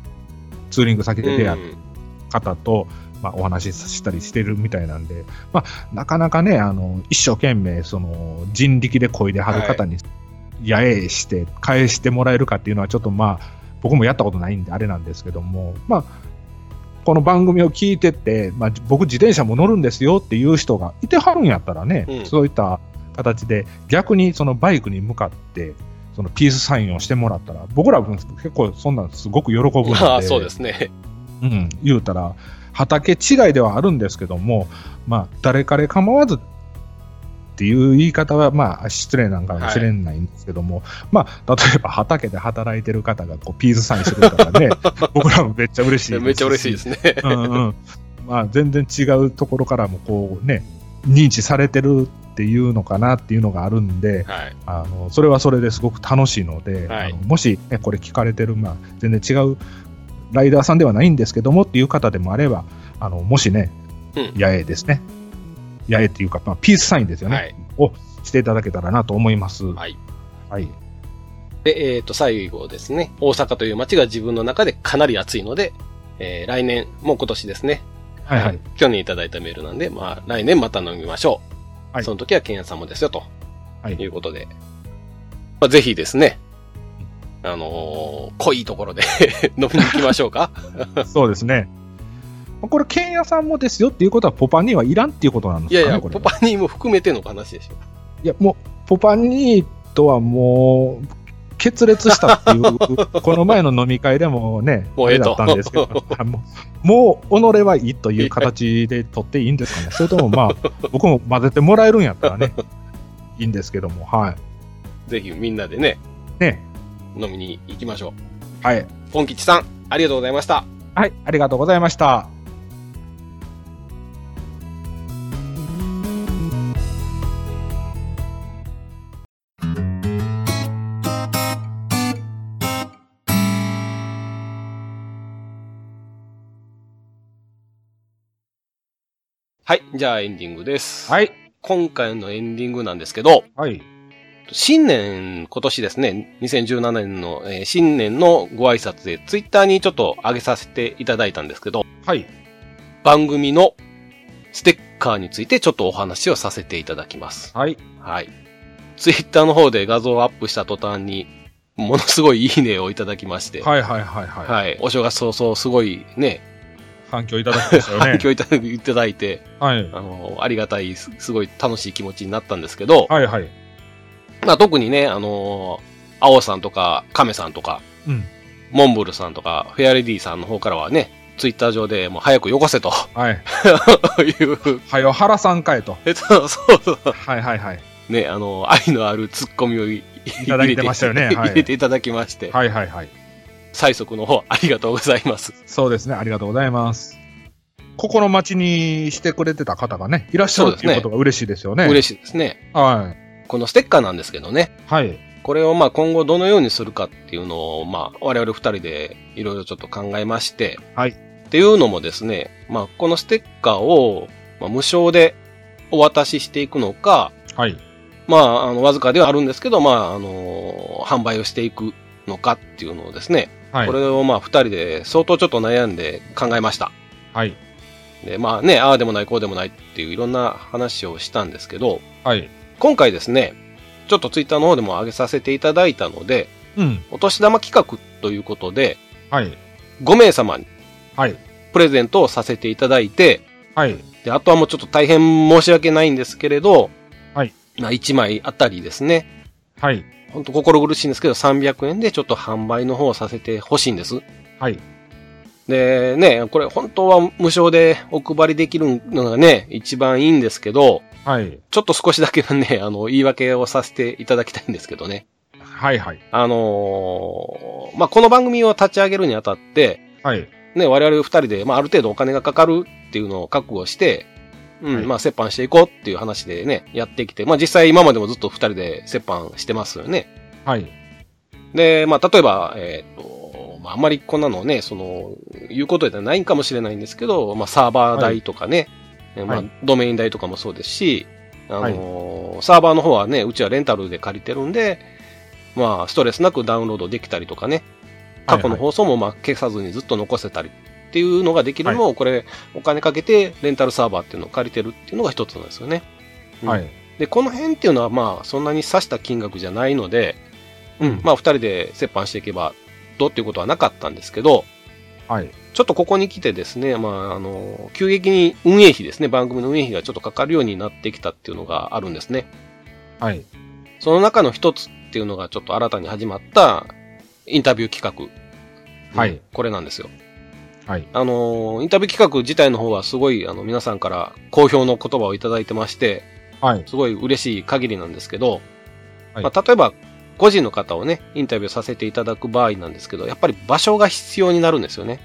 S2: ツーリング先で出会っ
S1: うん
S2: 方と、まあ、お話ししたりしてるみたいなんで、まあ、なかなかねあの一生懸命その人力で漕いではる方に、やえして返してもらえるかっていうのはちょっとまあ僕もやったことないんであれなんですけどもまあこの番組を聞いてて、まあ、僕自転車も乗るんですよっていう人がいてはるんやったらね、
S1: うん
S2: そういった形で逆にそのバイクに向かってそのピースサインをしてもらったら僕らも結構そんなんすごく喜ぶんで、
S1: まあ、そうですね。
S2: うん、言うたら畑違いではあるんですけども、まあ、誰彼構わずっていう言い方は、まあ、失礼なんかもしれないんですけども、まあ、例えば畑で働いてる方がこうピースサインしてくれたら ね僕らもめっちゃ嬉しいですし
S1: めっちゃ嬉しいですね。
S2: うんうんまあ、全然違うところからもこう、ね、認知されてるっていうのかなっていうのがあるん
S1: は
S2: で、
S1: い。
S2: あのそれはそれですごく楽しいので、
S1: はい
S2: あのもし、ね、これ聞かれてる、まあ、全然違うライダーさんではないんですけどもっていう方でもあればあのもしね、
S1: うん
S2: 八重ですね八重っていうか、まあ、ピースサインですよね、
S1: はい。
S2: をしていただけたらなと思います。
S1: はい。
S2: はい
S1: で、えっ、と、最後ですね。大阪という街が自分の中でかなり暑いので、えー来年、もう今年ですね。
S2: はいはい。
S1: 去年いただいたメールなんで、まあ、来年また飲みましょう。
S2: はい
S1: その時は、ケンヤさんもですよ、と。
S2: はい
S1: いうことで。まあ、ぜひですね。あのー濃いところで 飲みに行きましょう か。
S2: そうですねまあこれ、ケンヤさんもですよっていうことは、ポパニーはいらんっていうことなん
S1: い
S2: です
S1: や
S2: か
S1: い
S2: ね、
S1: や、
S2: これ
S1: ポパニーも含めての話でしょ。
S2: いや、もう、ポパニーとはもう、決裂したっていう、この前の飲み会でもね、
S1: もう
S2: あ
S1: ええ
S2: れ
S1: と
S2: だったんですけど、あもう、もう己はいいという形で取っていいんですかね。それともまあ、僕も混ぜてもらえるんやったらね、いいんですけども、はい。
S1: ぜひみんなでね、
S2: ね、
S1: 飲みに行きましょ
S2: はい。
S1: う。ポン吉さん、ありがとうございました。
S2: はい、ありがとうございました。
S1: はい。じゃあエンディングです。
S2: はい。
S1: 今回のエンディングなんですけど、
S2: はい。
S1: 新年、今年ですね、2017年の、えー新年のご挨拶で、ツイッターにちょっと上げさせていただいたんですけど、
S2: はい。
S1: 番組のステッカーについてちょっとお話をさせていただきます。
S2: はい。
S1: はい。ツイッターの方で画像をアップした途端に、ものすごいいいねをいただきまして、
S2: はい。はい。はい。はい。
S1: はい。お正月早々すごいね、
S2: 反響いただきましたよ
S1: 反
S2: ね。
S1: 響いただいただいて、
S2: はい。
S1: あの、ありがたい、すすごい楽しい気持ちになったんですけど、
S2: はい。はい。
S1: まあ、特にね、あのー、青さんとか、亀さんとか、
S2: うん
S1: モンブルさんとか、フェアレディさんの方からはね、ツイッター上でもう早くよこせと
S2: はい。
S1: いう、
S2: はよ、原さんかいと。
S1: えっと、そうそう、
S2: はい。はい。はい。
S1: ね、あの ー、愛のあるツッコミをい
S2: いただいてましたよねはい
S1: 入れていただきまして、
S2: はい。はい。はい。
S1: 最速の方、ありがとうございます。
S2: そうですね、ありがとうございます。ここの町にしてくれてた方がね、いらっしゃ
S1: そう
S2: る
S1: で
S2: っ
S1: す
S2: て
S1: ね
S2: いうことが嬉しいですよね。
S1: 嬉しいですね。
S2: はい。
S1: このステッカーなんですけどね、
S2: はい。
S1: これをまあ今後どのようにするかっていうのをまあ我々二人でいろいろちょっと考えまして、
S2: はい
S1: っていうのもですね、まあこのステッカーをまあ無償でお渡ししていくのか、
S2: はい。
S1: まあ、あの、わずかではあるんですけど、まあ、あの、販売をしていくのかっていうのをですね、
S2: はい。
S1: これをまあ、二人で相当ちょっと悩んで考えました。
S2: はい。
S1: で、まあね、ああでもない、こうでもないっていういろんな話をしたんですけど、
S2: はい。
S1: 今回ですね、ちょっとツイッターの方でも上げさせていただいたので、
S2: うん。
S1: お年玉企画ということで、
S2: はい。
S1: 5名様に
S2: はい。
S1: プレゼントをさせていただいて、
S2: はい。
S1: で、あとはもうちょっと大変申し訳ないんですけれど、
S2: はい。
S1: まあ、1枚あたりですね、
S2: はい。
S1: 本当心苦しいんですけど、300円でちょっと販売の方をさせてほしいんです。
S2: はい。
S1: で、ね、これ本当は無償でお配りできるのがね、一番いいんですけど、
S2: はい。
S1: ちょっと少しだけね、 あの、言い訳をさせていただきたいんですけどね。
S2: はい。はい。
S1: あのーまあ、この番組を立ち上げるにあたって、
S2: はい。
S1: ね、我々二人で、まあ、ある程度お金がかかるっていうのを覚悟して、うん、
S2: はい
S1: まあ、折半していこうっていう話でね、やってきて、まあ、実際今までもずっと二人で折半してますよね。
S2: はい。
S1: で、まあ、例えば、えっ、と、まあ、あんまりこんなのをね、その、言うことではないんかもしれないんですけど、まあ、サーバー代とかね、えま
S2: は
S1: あ
S2: い、
S1: ドメイン代とかもそうですし、あのーサーバーの方はね、うちはレンタルで借りてるんで、まあ、ストレスなくダウンロードできたりとかね、過去の放送もまあ消さずにずっと残せたりっていうのができるのも、これ、お金かけてレンタルサーバーっていうのを借りてるっていうのが一つなんですよね。
S2: はい。
S1: で、この辺っていうのはまあ、そんなに刺した金額じゃないので、うん、まあ、二人で折半していけば、どうっていうことはなかったんですけど、
S2: はい。
S1: ちょっとここに来てですね、まあ、あの、急激に運営費ですね、番組の運営費がちょっとかかるようになってきたっていうのがあるんですね。
S2: はい。
S1: その中の一つっていうのがちょっと新たに始まったインタビュー企画。
S2: はい
S1: これなんですよ。
S2: はい。
S1: あの、インタビュー企画自体の方はすごい、あの、皆さんから好評の言葉をいただいてまして、
S2: はい。
S1: すごい嬉しい限りなんですけど、
S2: はい
S1: まあ、例えば、個人の方をね、インタビューさせていただく場合なんですけど、やっぱり場所が必要になるんですよね。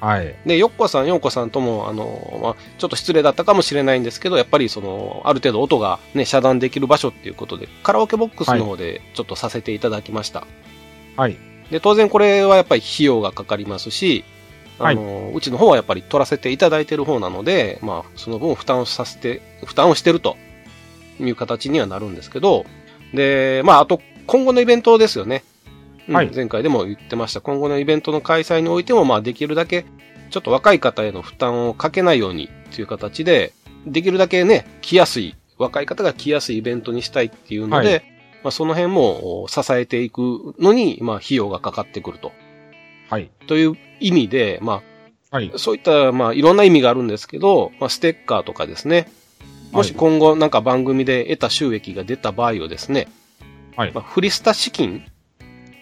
S2: はい。
S1: で、よっこさん、ようこさんとも、あの、まあ、ちょっと失礼だったかもしれないんですけど、やっぱりその、ある程度音がね、遮断できる場所っていうことで、カラオケボックスの方でちょっとさせていただきました。
S2: はい。
S1: で、当然これはやっぱり費用がかかりますし、
S2: は
S1: あ
S2: い
S1: の、うちの方はやっぱり取らせていただいてる方なので、まあ、その分負担をさせて、負担をしてるという形にはなるんですけど、で、まあ、あと、今後のイベントですよね。うん
S2: はい
S1: 前回でも言ってました。今後のイベントの開催においても、まあ、できるだけ、ちょっと若い方への負担をかけないようにという形で、できるだけね、来やすい、若い方が来やすいイベントにしたいっていうので、
S2: は
S1: まあ、その辺もお支えていくのに、まあ、費用がかかってくると。
S2: はい。
S1: という意味で、ま
S2: はい
S1: あ、。そういった、まあ、いろんな意味があるんですけど、まあ、ステッカーとかですね、もし今後なんか番組で得た収益が出た場合をですね、
S2: はい
S1: まあ、フリスタ資金、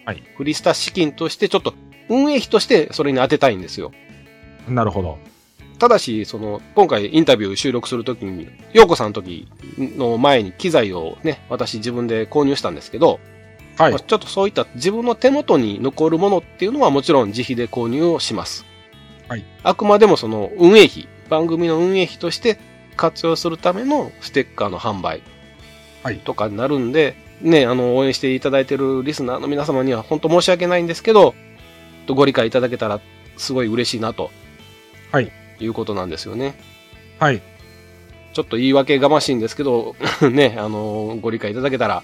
S2: はい
S1: フリスタ資金としてちょっと運営費としてそれに当てたいんですよ。
S2: なるほど。
S1: ただし、その、今回インタビュー収録するときに、陽子さんの時の前に機材をね、私自分で購入したんですけど、
S2: はい
S1: まあ。ちょっとそういった自分の手元に残るものっていうのはもちろん自費で購入をします。
S2: はい。
S1: あくまでもその運営費、番組の運営費として活用するためのステッカーの販売
S2: はい
S1: とかになるんで、ね、あの、応援していただいてるリスナーの皆様には本当申し訳ないんですけど、ご理解いただけたらすごい嬉しいなと。
S2: はい。
S1: いうことなんですよね。
S2: はい。
S1: ちょっと言い訳がましいんですけど、 ね、あの、ご理解いただけたら、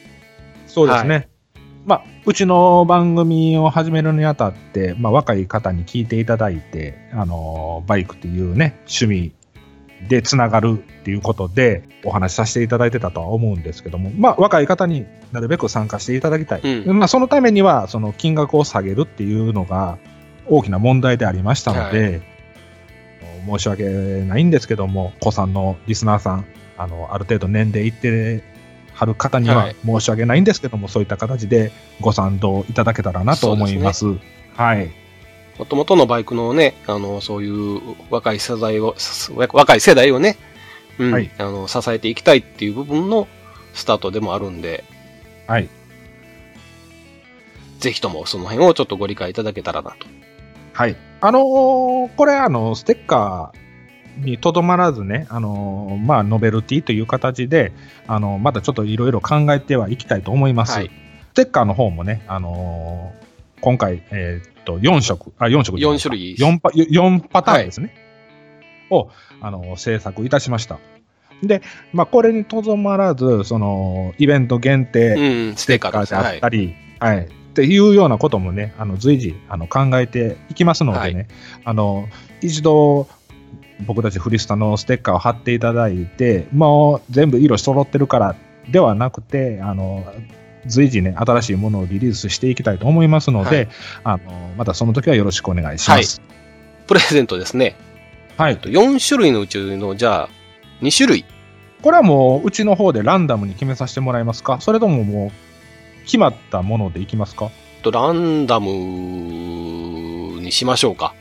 S2: そうですね。まあ、うちの番組を始めるにあたって、まあ、若い方に聞いていただいて、あの、バイクっていうね、趣味でつながるっていうことで、お話しさせていただいてたとは思うんですけども、まあ、若い方になるべく参加していただきたい。
S1: う
S2: まあ、そのためには、その金額を下げるっていうのが大きな問題でありましたので、申し訳ないんですけども、子さんのリスナーさん、あの、ある程度年齢いってはる方に
S1: は
S2: はい申し訳ないんですけども、そういった形でご賛同いただけたらなと思います。はい。
S1: もともとのバイクのね、あの、そういう若い世代を、す若い世代をね、うん、
S2: はい
S1: あの、支えていきたいっていう部分のスタートでもあるんで、
S2: はい。
S1: ぜひともその辺をちょっとご理解いただけたらなと。
S2: はい。あのーこれ、あの、ステッカーにとどまらずね、あのーまあ、ノベルティという形で、あのまだちょっといろいろ考えてはいきたいと思います。
S1: はい。
S2: ステッカーの方もね、あのー今回、えーっと、4色、あ、4色
S1: 4種類。
S2: 4パ、4パターンですね。を、あの、制作いたしました。で、まあ、これにとどまらず、その、イベント限定
S1: うん、ステッカー
S2: とか
S1: です
S2: で
S1: ね。
S2: あ
S1: は
S2: っ
S1: い
S2: た。り、はい、っていうようなこともね、あの、随時、あの、考えていきますのでね、
S1: は
S2: あの、一度、僕たちフリスタのステッカーを貼っていただいて、もう全部色揃ってるからではなくて、あの、随時ね、新しいものをリリースしていきたいと思いますので、あの、またその時はよろしくお願いします。
S1: プレゼントですね。
S2: はい
S1: 4種類のうちの、じゃあ、2種類。
S2: これはもう、うちの方でランダムに決めさせてもらえますかそれとももう、決まったものでいきますか
S1: と、ランダムにしましょうか。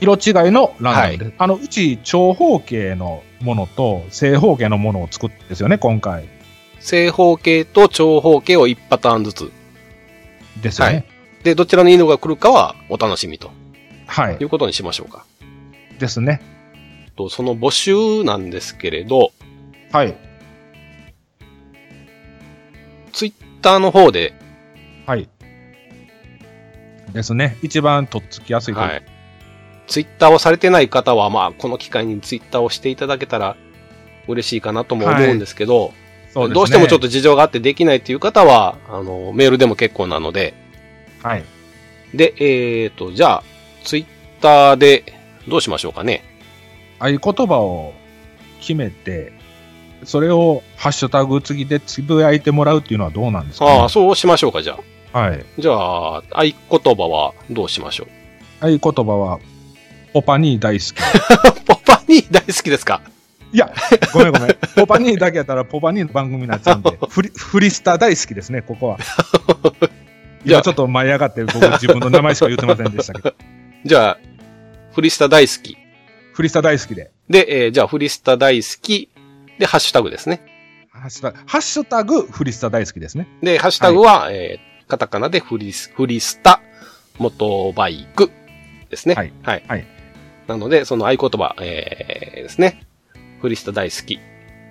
S2: 色違いのランダムです。あの、うち、長方形のものと正方形のものを作ってですよね、今回。
S1: 正方形と長方形を1パターンずつ。
S2: ですよね。
S1: で、どちらの犬が来るかはお楽しみと
S2: はい。
S1: いうことにしましょうか。
S2: ですね。
S1: と、その募集なんですけれど、
S2: はい。
S1: ツイッターの方で、
S2: はい。ですね。一番とっつきやすいと、
S1: はい。ツイッターをされてない方は、まあ、この機会にツイッターをしていただけたら嬉しいかなとも思うんですけど、
S2: そですね
S1: どうしてもちょっ。と事情があってできないという方は、あの、メールでも結構なので、
S2: はい。
S1: で、えっ、と、じゃあ、ツイッターでどうしましょうかね。
S2: 合言葉を決めて、それをハッシュタグ次でつぶやいてもらうっていうのはどうなんですか、
S1: ああ、そうしましょうか、じゃあ。
S2: はい。
S1: じゃあ、合言葉はどうしましょう。
S2: 合言葉は、ポパニー大好
S1: ポパニー大好きですか
S2: き。いや、 ごめんごめん。ポパニーだけやったら、ポパニーの番組になっちゃう んで、フリフリスタ大好きですね、ここは。
S1: じゃあ
S2: 今ちょっと舞い上がって、僕自分の名前しか言ってませんでしたけ ど、
S1: じゃあ、フリスタ大好き。
S2: フリスタ大好きで。
S1: で、えーじゃあ、フリスタ大好き。で、ハッシュタグですね。
S2: ハッシュタグ、ハッシュタグフリスタ大好きですね。
S1: で、ハッシュタグは、えーカタカナでフリス、フリスタ、元バイクですね。
S2: はい。
S1: はい。
S2: はい
S1: なので、その合言葉、えーですね。フリスタ大好き。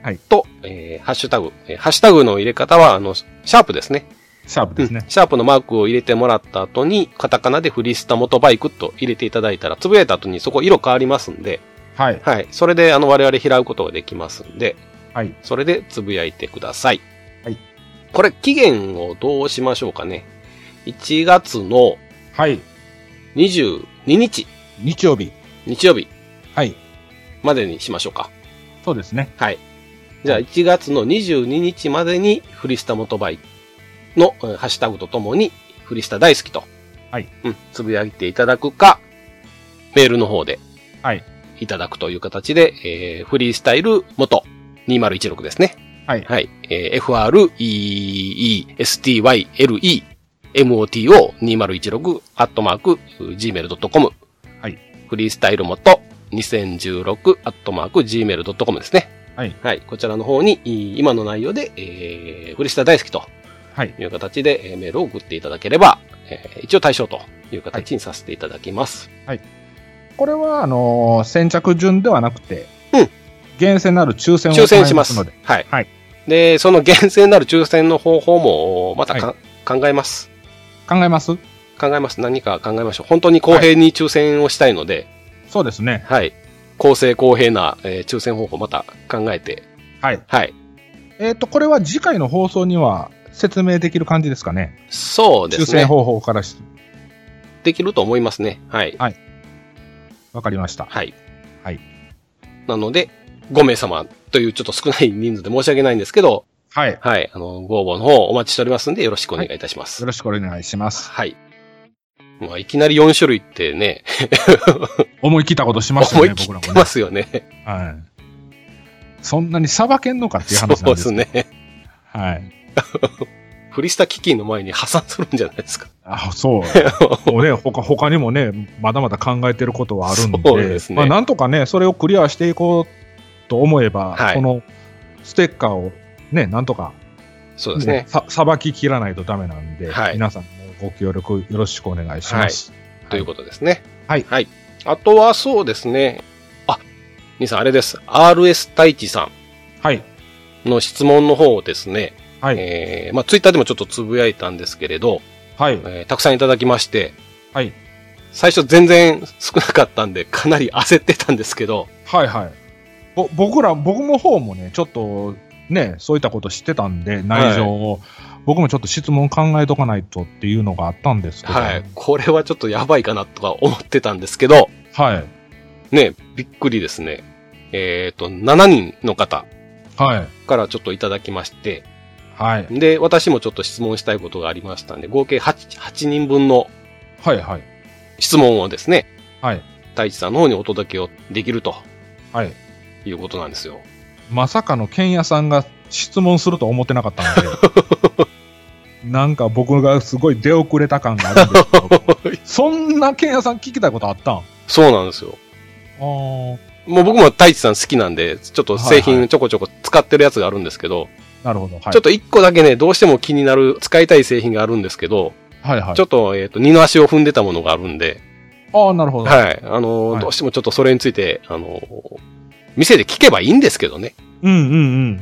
S2: はい
S1: と、えーハッシュタグ。えーハッシュタグの入れ方は、あの、シャープですね。
S2: シャープですね
S1: うん。シャープのマークを入れてもらった後に、カタカナでフリスタ元バイクと入れていただいたら、つぶやいた後にそこ色変わりますんで、
S2: はい。
S1: はい。それで、あの、我々拾うことができますんで、
S2: はい。
S1: それでつぶやいてください。
S2: はい。
S1: これ、期限をどうしましょうかね。1月の
S2: はい。
S1: 22日、
S2: 日曜日。
S1: 日曜日
S2: はい。
S1: までにしましょうか。
S2: そうですね。
S1: はい。じゃあ、1月の22日までに、フリスタ元バイのえーハッシュタグとともに、フリスタ大好きと。
S2: はい。
S1: うん、つぶやいていただくか、メールの方で
S2: はい。
S1: いただくという形で、えー、フリースタイル元2016ですね。
S2: はい。
S1: はい。えー FREESTYLEMOTO2016 アットマーク gmail.com。
S2: はい。
S1: フリースタイル元2016アットマーク gmail.com ですね。
S2: はい。
S1: はい。こちらの方に、い今の内容で、えー、フリスタ大好きと
S2: はい。
S1: いう形で、えーメールを送っていただければ、えー一応対象という形にさせていただきます。
S2: これは、あのー先着順ではなくて、
S1: うん
S2: 厳選なる抽選を
S1: 抽選します。
S2: 行いので、
S1: はい。
S2: はい
S1: で、その厳選なる抽選の方法も、またか、考えます。
S2: 考えます
S1: 考えます。何か考えましょう。本当に公平に抽選をしたいので、
S2: そうですね。
S1: はい。公正公平な、えー抽選方法また考えて、
S2: はい。
S1: はい。
S2: えっ、と、これは次回の放送には説明できる感じですかね。
S1: そうで
S2: 抽
S1: すね
S2: 選。方法からし
S1: できると思いますね。はい。
S2: はいわかりました。
S1: はい。
S2: はい。
S1: なので、5名様というちょっと少ない人数で申し訳ないんですけど、
S2: はい。よ
S1: はい。あの、ご応募の方お待ちしておりますんで、よろしくお願いいたします。
S2: ろしくお願いします。
S1: はい。まあ、いきなり4種類ってね、
S2: 思い切ったことしました
S1: 思
S2: よ
S1: い
S2: ね、
S1: 切
S2: 僕ら
S1: って
S2: もね
S1: ま。すよね。
S2: はい。そんなにさばけんのかっていう話なん
S1: そう
S2: で
S1: ですす
S2: けど。
S1: ね。
S2: はい。
S1: フリスタ基金の前に破産するんじゃないですか。
S2: あ、そ う。もうね、他他にもね、まだまだ考えてることはあるんで、
S1: そうですね
S2: まあ、なんとかね、それをクリアしていこうと思えば、
S1: はい
S2: このステッカーをね、なんとか
S1: そうです
S2: ね
S1: ね。
S2: ささばききらないとダメなんで、
S1: はい
S2: 皆さんもご協力よろしくお願いします。
S1: ということですね。
S2: はい
S1: はい。あとはそうですね。あ、兄さんあれです。RS 太一さ
S2: はい。
S1: んの質問の方ですね。
S2: はい。
S1: えーまあ、ツイッターでもちょっとつぶやいたんですけれど、
S2: はい。
S1: えーたくさんいただきまして、
S2: はい。
S1: 最初全然少なかったんで、かなり焦ってたんですけど、
S2: はいはい。ぼ僕ら、僕の方もね、ちょっと、ね、そういったこと知ってたんで、内情を、僕もちょっと質問考えとかないとっていうのがあったんですけど、
S1: はい。これはちょっとやばいかなとか思ってたんですけど、
S2: はい。
S1: ね、びっくりですね。えっ、と、7人の方
S2: はい。
S1: からちょっといただきまして、
S2: はい。
S1: で、私もちょっと質問したいことがありましたんで、合計 8, 8人分の
S2: はい。はい。
S1: 質問をですね、
S2: はい。
S1: 太一さんの方にお届けをできると
S2: はい。
S1: いうことなんですよ。
S2: まさかの剣屋さんが質問すると思ってなかった ので、なんか僕がすごい出遅れた感があるんですけど、 そんな剣屋さん聞きたいことあったんあ
S1: そうなんですよ。
S2: ー
S1: もう僕も太一さん好きなんで、ちょっと製
S2: はいは
S1: 品ちょこちょこ使ってるやつがあるんですけど、
S2: なるほど。はい、
S1: ちょっと1個だけね、どうしても気になる、使いたい製品があるんですけど、
S2: はいはい
S1: ちょ。っと、えっ、と、二の足を踏んでたものがあるんで、
S2: ああ、なるほど。
S1: はい。あのー
S2: はい
S1: どうしてもちょっとそれについて、あのー店で聞けばいいんですけどね。
S2: うんうんうん。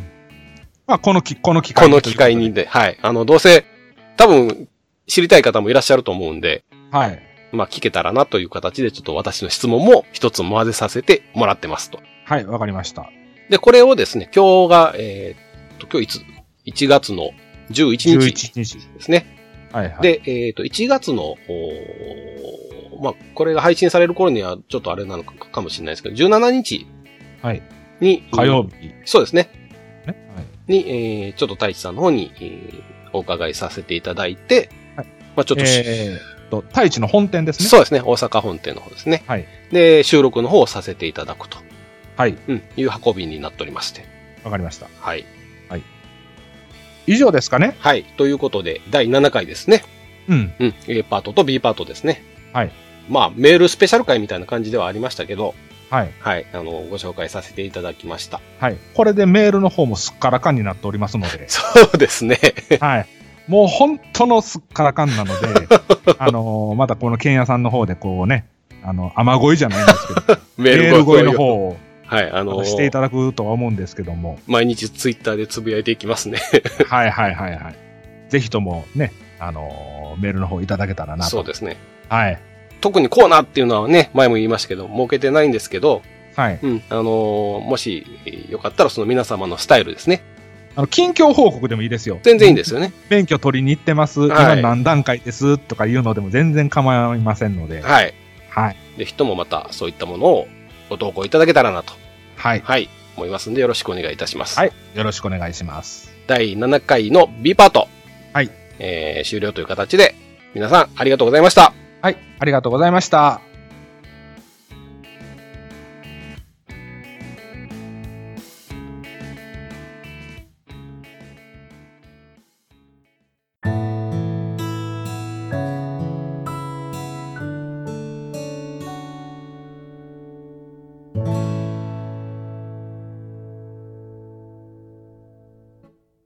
S2: まあ、このき、この機会
S1: この機会に。で、はい。あの、どうせ、多分、知りたい方もいらっしゃると思うんで、
S2: はい。
S1: まあ、聞けたらなという形で、ちょっと私の質問も一つ混ぜさせてもらってますと。
S2: はい、わかりました。
S1: で、これをですね、今日が、えーっと、今日いつ ?1 月の11日
S2: 11日。
S1: ですね。
S2: はいはい。、
S1: で、えーっと、1月の、おーまあ、これが配信される頃には、ちょっとあれなのかかもしれないですけど、17日
S2: はい。
S1: に、
S2: 火曜日。ね。
S1: そうですね。
S2: はい。
S1: に、えー、ちょっと太一さんの方に、えーお伺いさせていただいて、
S2: はい
S1: まあちょっとし、
S2: えー、と、太一の本店ですね。
S1: そうですね、大阪本店の方ですね。
S2: はい
S1: で、収録の方をさせていただくと、
S2: はい。
S1: うん、いう運びになっておりまして。
S2: わかりました。
S1: はい。
S2: 以上ですかね。
S1: はい。ということで、第7回ですね。
S2: うん。
S1: うん。A パートと B パートですね。
S2: はい。
S1: まあ、メールスペシャル回みたいな感じではありましたけど、
S2: はい。
S1: はい。あの、ご紹介させていただきました。
S2: はい。これでメールの方もすっからかんになっておりますの で、
S1: そうですね。
S2: はい。もう本当のすっからかんなので、 あのーまたこの剣屋さんの方でこうね、あの、雨乞いじゃないんですけど、
S1: メ
S2: メール声の方を
S1: はい。あ
S2: ま
S1: の
S2: た、していただくとは思うんですけども、
S1: 毎日ツイッターでつぶやいていきますね。
S2: はいはいはいはい。ぜひともね、あのーメールの方いただけたらなと。
S1: そうですね。
S2: はい。
S1: 特にコーナーっていうのはね、前も言いましたけど、設けてないんですけど、
S2: はい。
S1: うん、あのーもし、えーよかったらその皆様のスタイルですね。
S2: あの、近況報告でもいいですよ。
S1: 全然いいんですよね。
S2: 免許取りに行ってます。
S1: はい
S2: 今何段階ですとかいうのでも全然構いませんので。
S1: はい。
S2: はい。
S1: ぜひともまたそういったものをご投稿いただけたらなと、
S2: はい。
S1: はい、思いますんでよろしくお願いいたします。
S2: はい。よろしくお願いします。
S1: 第7回の B パート。
S2: はい。
S1: えー、終了という形で、皆さんありがとうございました。
S2: はい。ありがとうございました。